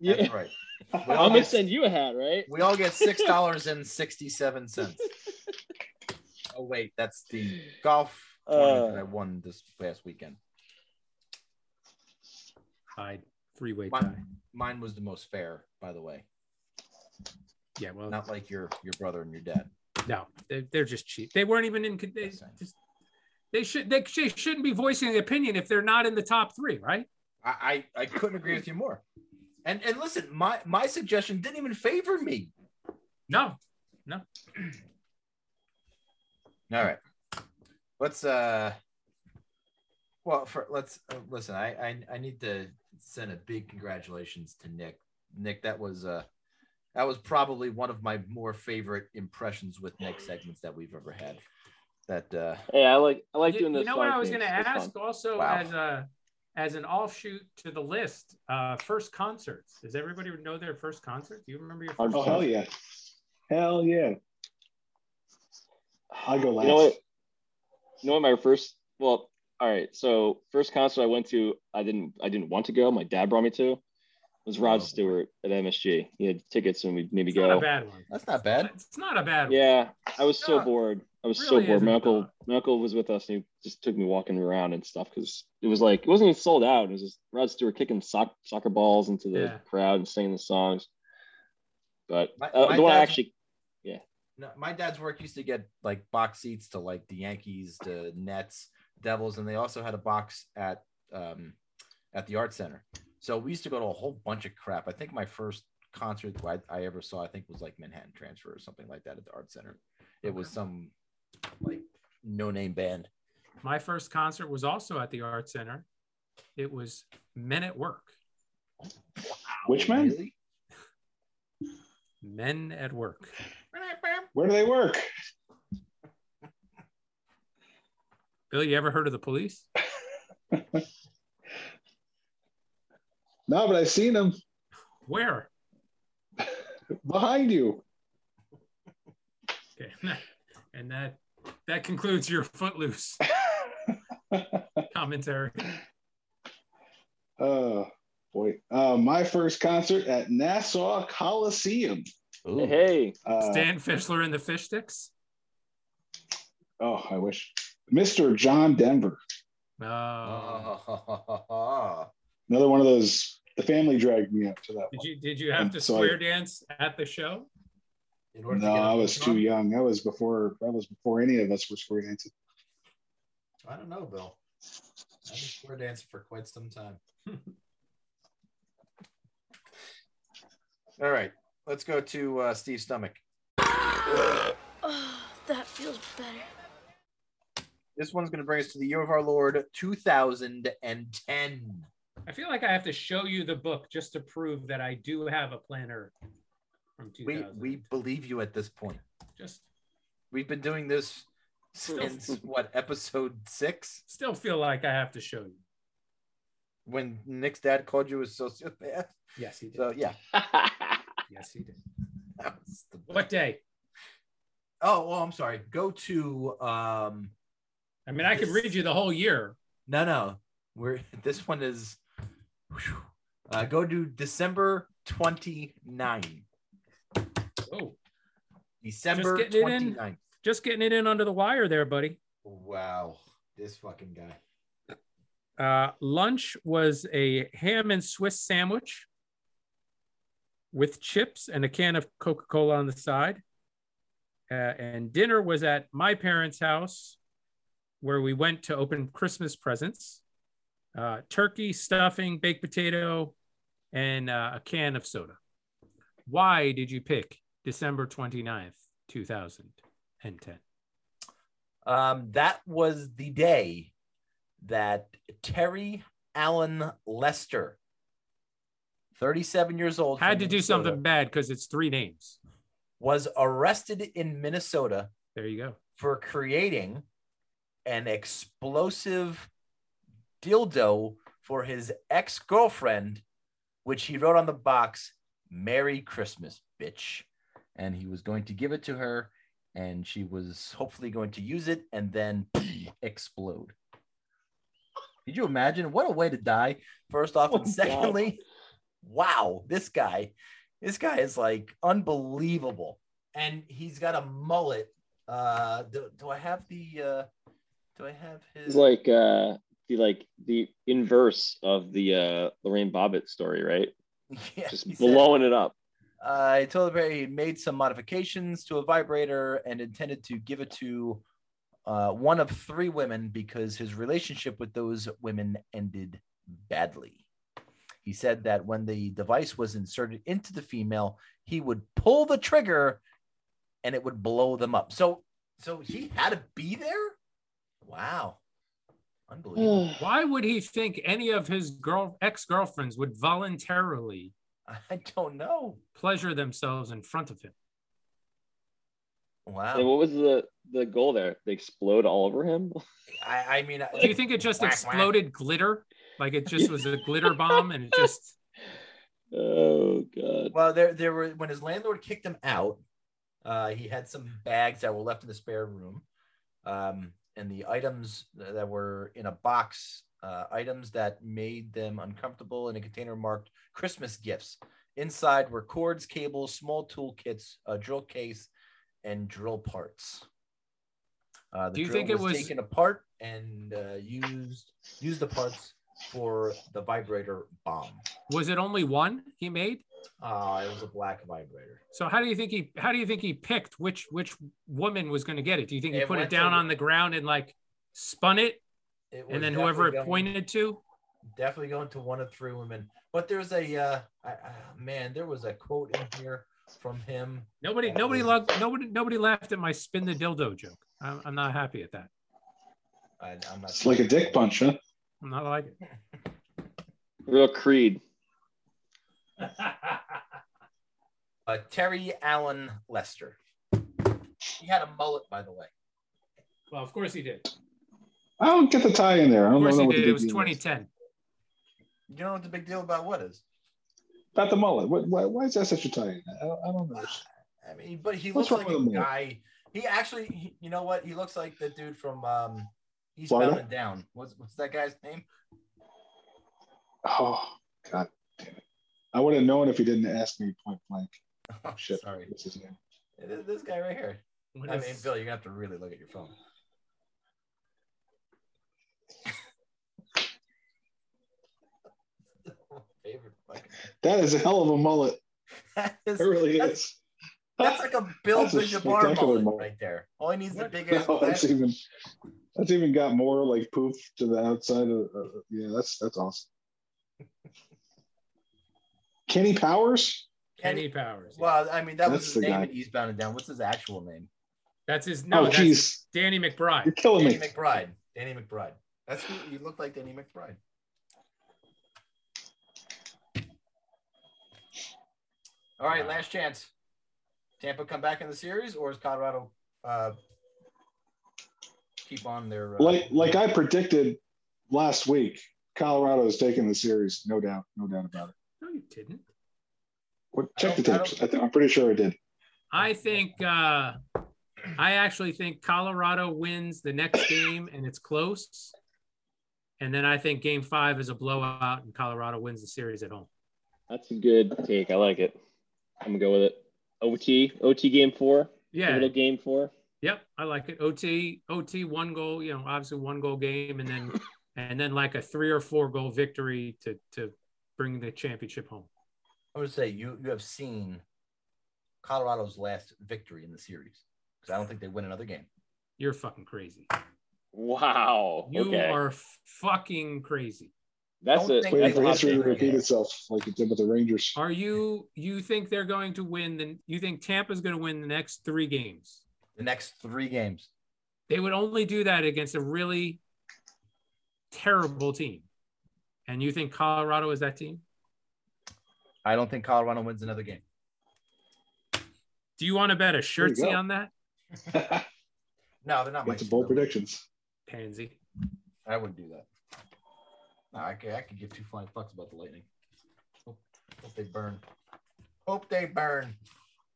Yeah. That's right. We all, I'm gonna get, send you a hat, right? we all get six dollars and sixty-seven cents. Oh wait, that's the golf tournament Uh. that I won this past weekend. Tied. Three way tie. Mine, mine was the most fair, by the way. Yeah. Well, Not like your your brother and your dad. no, they, they're just cheap. They weren't even in. They, Yes, I- just, they should. They, they shouldn't be voicing the opinion if they're not in the top three, right? I, I I couldn't agree with you more. And and listen, my my suggestion didn't even favor me. No. All right. Let's uh well for let's uh, listen, I, I I need to send a big congratulations to Nick. Nick, that was uh that was probably one of my more favorite impressions with Nick segments that we've ever had. That uh Hey, I like I like you, doing this. you know what song I was theme. going to It's fun. ask also Wow. as a as an offshoot to the list, uh, first concerts. Does everybody know their first concert? Do you remember your first? Oh hell yeah, hell yeah. I go last. You know what? You know what? My first. Well, all right. So first concert I went to, I didn't. I didn't want to go. My dad brought me to. Was Rod Oh. Stewart at MSG. He had tickets, and we made me It's not a go. bad one. that's not bad. It's not a bad one. Yeah, I was so No, bored. I was really so bored. My isn't, uncle, uh, my uncle was with us, and he just took me walking around and stuff because it was like it wasn't even sold out. It was just Rod Stewart kicking soc- soccer balls into the Yeah. crowd and singing the songs. But My- uh, my the one I dad's- actually, No, my dad's work used to get like box seats to like the Yankees, the Nets, Devils, and they also had a box at um, at the Art Center. So we used to go to a whole bunch of crap. I think my first concert I, I ever saw, I think, was like Manhattan Transfer or something like that at the Art Center. It was some like no name band. My first concert was also at the Art Center. It was Men at Work. Which man? Really? Men at Work. Where do they work? Bill, you ever heard of the police? No, but I've seen them Where? behind you. Okay. And that that concludes your footloose commentary. Oh boy, uh, my first concert at Nassau Coliseum. Ooh. hey, Uh, Stan Fischler and the Fish Sticks. oh, I wish Mr. John Denver. uh, Oh. Uh, Another one of those. The family dragged me up to that. Did you did you have to So I- square dance at the show? In One. order to No, get a I was move too on? young. That was before. That was before any of us were square dancing. I don't know, Bill. I've been square dancing for quite some time. All right, let's go to uh, Steve's stomach. Oh, that feels better. This one's going to bring us to the year of our Lord 2010. I feel like I have to show you the book just to prove that I do have a planner from 2000. We we believe you at this point. just We've been doing this since what episode six? still feel like I have to show you. when Nick's dad called you a sociopath? Yes, he did. So yeah. Yes, he did. that was the- What day? Oh, well, I'm sorry. Go to um I mean, I could read you the whole year. no no. We're this one is whew. uh go to December 29. Oh, December getting it in. 29th. just getting it in under the wire there, buddy. Wow. This fucking guy. Uh, lunch was a ham and Swiss sandwich with chips and a can of Coca Cola on the side. Uh, and dinner was at my parents' house where we went to open Christmas presents uh, turkey, stuffing, baked potato, and uh, a can of soda. Why did you pick December 29th, 2010? Um, that was the day that Terry Allen Lester, 37 years old, from Had to do Minnesota, something bad because it's three names. was arrested in Minnesota There you go. for creating an explosive dildo for his ex girlfriend, which he wrote on the box, Merry Christmas, bitch. And he was going to give it to her, and she was hopefully going to use it and then explode. Did you imagine? What a way to die, first off. Oh, And God. secondly, wow, this guy, this guy is like unbelievable. And he's got a mullet uh, do, do I have the? Uh, do I have his? It's like uh, the like the inverse of the uh, Lorraine Bobbitt story, right? yeah, he Just said, blowing it up. uh, I told Perry he made some modifications to a vibrator and intended to give it to uh, one of three women because his relationship with those women ended badly. He said that when the device was inserted into the female, he would pull the trigger and it would blow them up. So, so he had to be there. Wow, unbelievable. Why would he think any of his girl ex girlfriends would voluntarily I don't know. pleasure themselves in front of him? Wow. Oh. and what was the the goal there? They explode all over him. I, I mean, Do you think it just Whack, whack. exploded glitter? Like it just was a glitter bomb and it just Oh god. well, there, there were when his landlord kicked him out, uh, he had some bags that were left in the spare room, um, and the items that were in a box, uh, items that made them uncomfortable, in a container marked Christmas gifts. Inside were cords, cables, small tool kits, a drill case, and drill parts. Uh, the Do you drill think it was- taken apart and uh, used used the parts for the vibrator bomb? was it only one he made? Uh, it was a black vibrator. So how do you think he how do you think he picked which which woman was going to get it? Do you think he It put it went down to- on the ground and like spun it It was and then whoever definitely it going- pointed to? definitely going to one of three women. But there's a uh, I, I, man, there was a quote in here from him. Nobody That nobody was- loved nobody nobody laughed at my spin the dildo joke. I'm, I'm not happy at that. I, I'm not It's like a dick punch, huh? I'm not like it. Real Creed. Uh, Terry Allen Lester. He had a mullet, by the way. Well, of course he did. I don't get the tie in there. I Of don't course know he what the did. It big was deal is. 2010. You know what the big deal about what is? About the mullet. What, why, why is that such a tie in? I, I don't know. I mean, but he What's looks wrong like a with him? guy. He actually, he- you know what? He looks like the dude from um, Eastbound Florida? and Down. What's, what's that guy's name? Oh, God damn it. I would have known if he didn't ask me point blank. Oh, Shit. Sorry, What's his name? This- this guy right here. What I is- mean, Bill, you're gonna have to really look at your phone. Favorite fucking- That is a hell of a mullet. that is, It really that's, is. that's like a Bill That's a Bridgebar spectacular mullet mullet. right there. All he needs is a big ass No, that's glasses. even that's even got more like poof to the outside of uh, yeah that's that's awesome kenny powers Kenny Powers. yeah. Well, I mean, that was his That's the name guy. in Eastbound and Down. What's his actual name? That's his no. oh that's jeez Danny McBride. you're killing Danny me McBride. Danny McBride. That's who you look like. Danny McBride. All right, Wow. last chance. Tampa come back in the series, or is Colorado uh, keep on their? Uh, like like i predicted last week Colorado is taking the series, no doubt, no doubt about it. No, you didn't. Well, check the don't- I tapes. I th- I'm pretty sure I did. I think uh, I actually think Colorado wins the next game and it's close. And then I think game five is a blowout and Colorado wins the series at home. That's a good take. I like it. I'm gonna go with it. OT, OT game four, Yeah. Pivotal game four. Yep. I like it. OT, OT, one goal, you know, obviously one goal game and then and then like a three or four goal victory to to bring the championship home. I would say you you have seen Colorado's last victory in the series because I don't think they win another game. You're fucking crazy. Wow. You okay. are fucking crazy. that's don't a think Waiting that's for not history to fair. repeat itself like it did with the Rangers. Are you you think they're going to win the you think Tampa's going to win the next 3 games? The next three games. They would only do that against a really terrible team. And you think Colorado is that team? I don't think Colorado wins another game. Do you want to bet a There you go. shirtsy on that? That's No, they're not. my a team, bold though. predictions. Pansy. I wouldn't do that. No, I could, I could give two flying fucks about the Lightning. Hope, hope they burn. Hope they burn.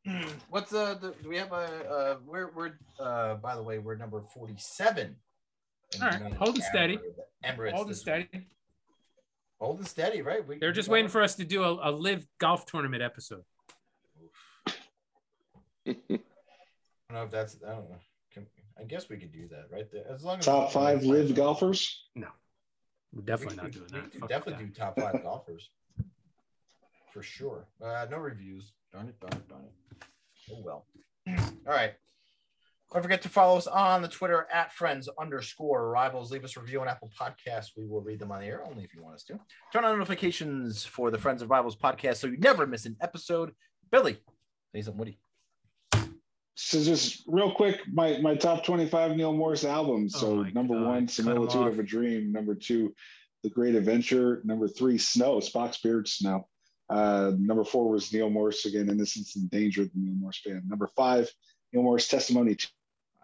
What's uh, the? Do we have a? Uh, we're we're uh. By the way, we're number forty-seven. in the All right, United hold it Arab steady. Emirates. Hold it this week. steady. Hold it steady, right? We, They're just waiting for us to do a, a live golf tournament episode. I don't know if that's. I don't know. Can, I guess we could do that, right? There. As long as Top five live golfers. We're We definitely not could- doing we that. could Fuck definitely that. do top five golfers for sure. Uh, no reviews. Darn it! Darn it! Darn it! Oh well. All right. Don't forget to follow us on the Twitter at friends underscore rivals. Leave us a review on Apple Podcasts. We will read them on the air only if you want us to. Turn on notifications for the Friends of Rivals podcast so you never miss an episode. Billy, say something, Woody. So just real quick, my, my top 25 Neil Morris albums. Oh So my number God, one, cut 'em Similitude off. of a Dream. Number two, The Great Adventure. Number three, Snow, Spock's Beard Snow. Uh, number four was Neil Morris again, Innocence and Danger, the Neil Morris band. Number five, Neil Morris Testimony.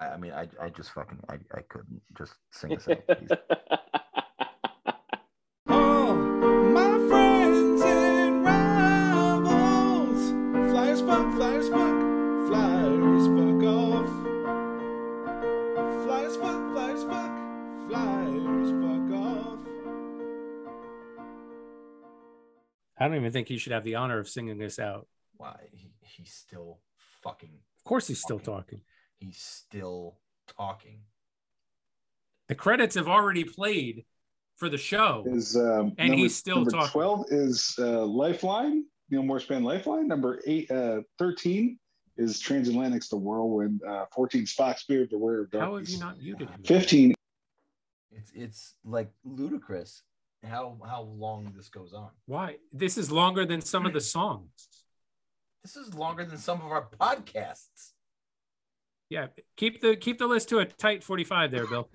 I, I mean, I, I just fucking I, I couldn't just sing this All my friends and rivals. Flyers fuck, flyers fuck, flyers fuck off. Flyers fuck, flyers fuck, flyers fuck off. I don't even think he should have the honor of singing this out. Why he, he's still fucking Of course, he's still talking. he's still talking. The credits have already played for the show. Is um, And he's still number talking. 12 is uh, Lifeline, Neil Morris band Lifeline. Number eight, uh, 13 is Transatlantic's The Whirlwind. Uh, 14, Spock's Beard, The Wearer of How have Darkness. you not muted him? 15, It's it's like ludicrous how how long this goes on. Why? This is longer than some of the songs. This is longer than some of our podcasts. Yeah, keep the keep the list to a tight 45 there, Bill.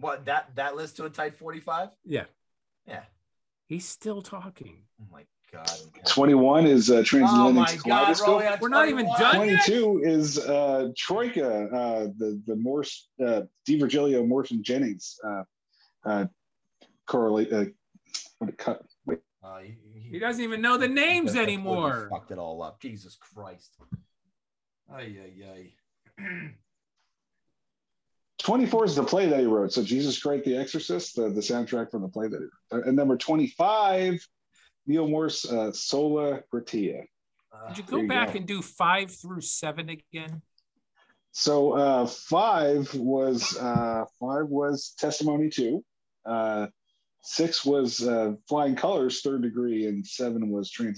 What that that list to a tight forty five? Yeah, Yeah. he's still talking. Oh my god. 21 is uh, Oh Transatlantic's my god, Kaleidoscope. Rolly, on We're not even 21. done. 22 is uh, Troika, uh, the the Morse, uh, DiVirgilio, Morse, and Jennings uh, uh, correlate. Uh, what it cut. Uh, he, he- He doesn't even know the names Completely anymore. Fucked it all up. Jesus Christ. Ay ay ay. 24 is the play that he wrote. So Jesus Christ, The Exorcist, the, the soundtrack from the play that he wrote. And number 25, Neil Morse, uh, Sola Gratia. Uh, Could you There go you back go. and do five through seven again? So uh, five was uh, five was testimony two, uh, six was uh, flying colors third degree, and seven was transit.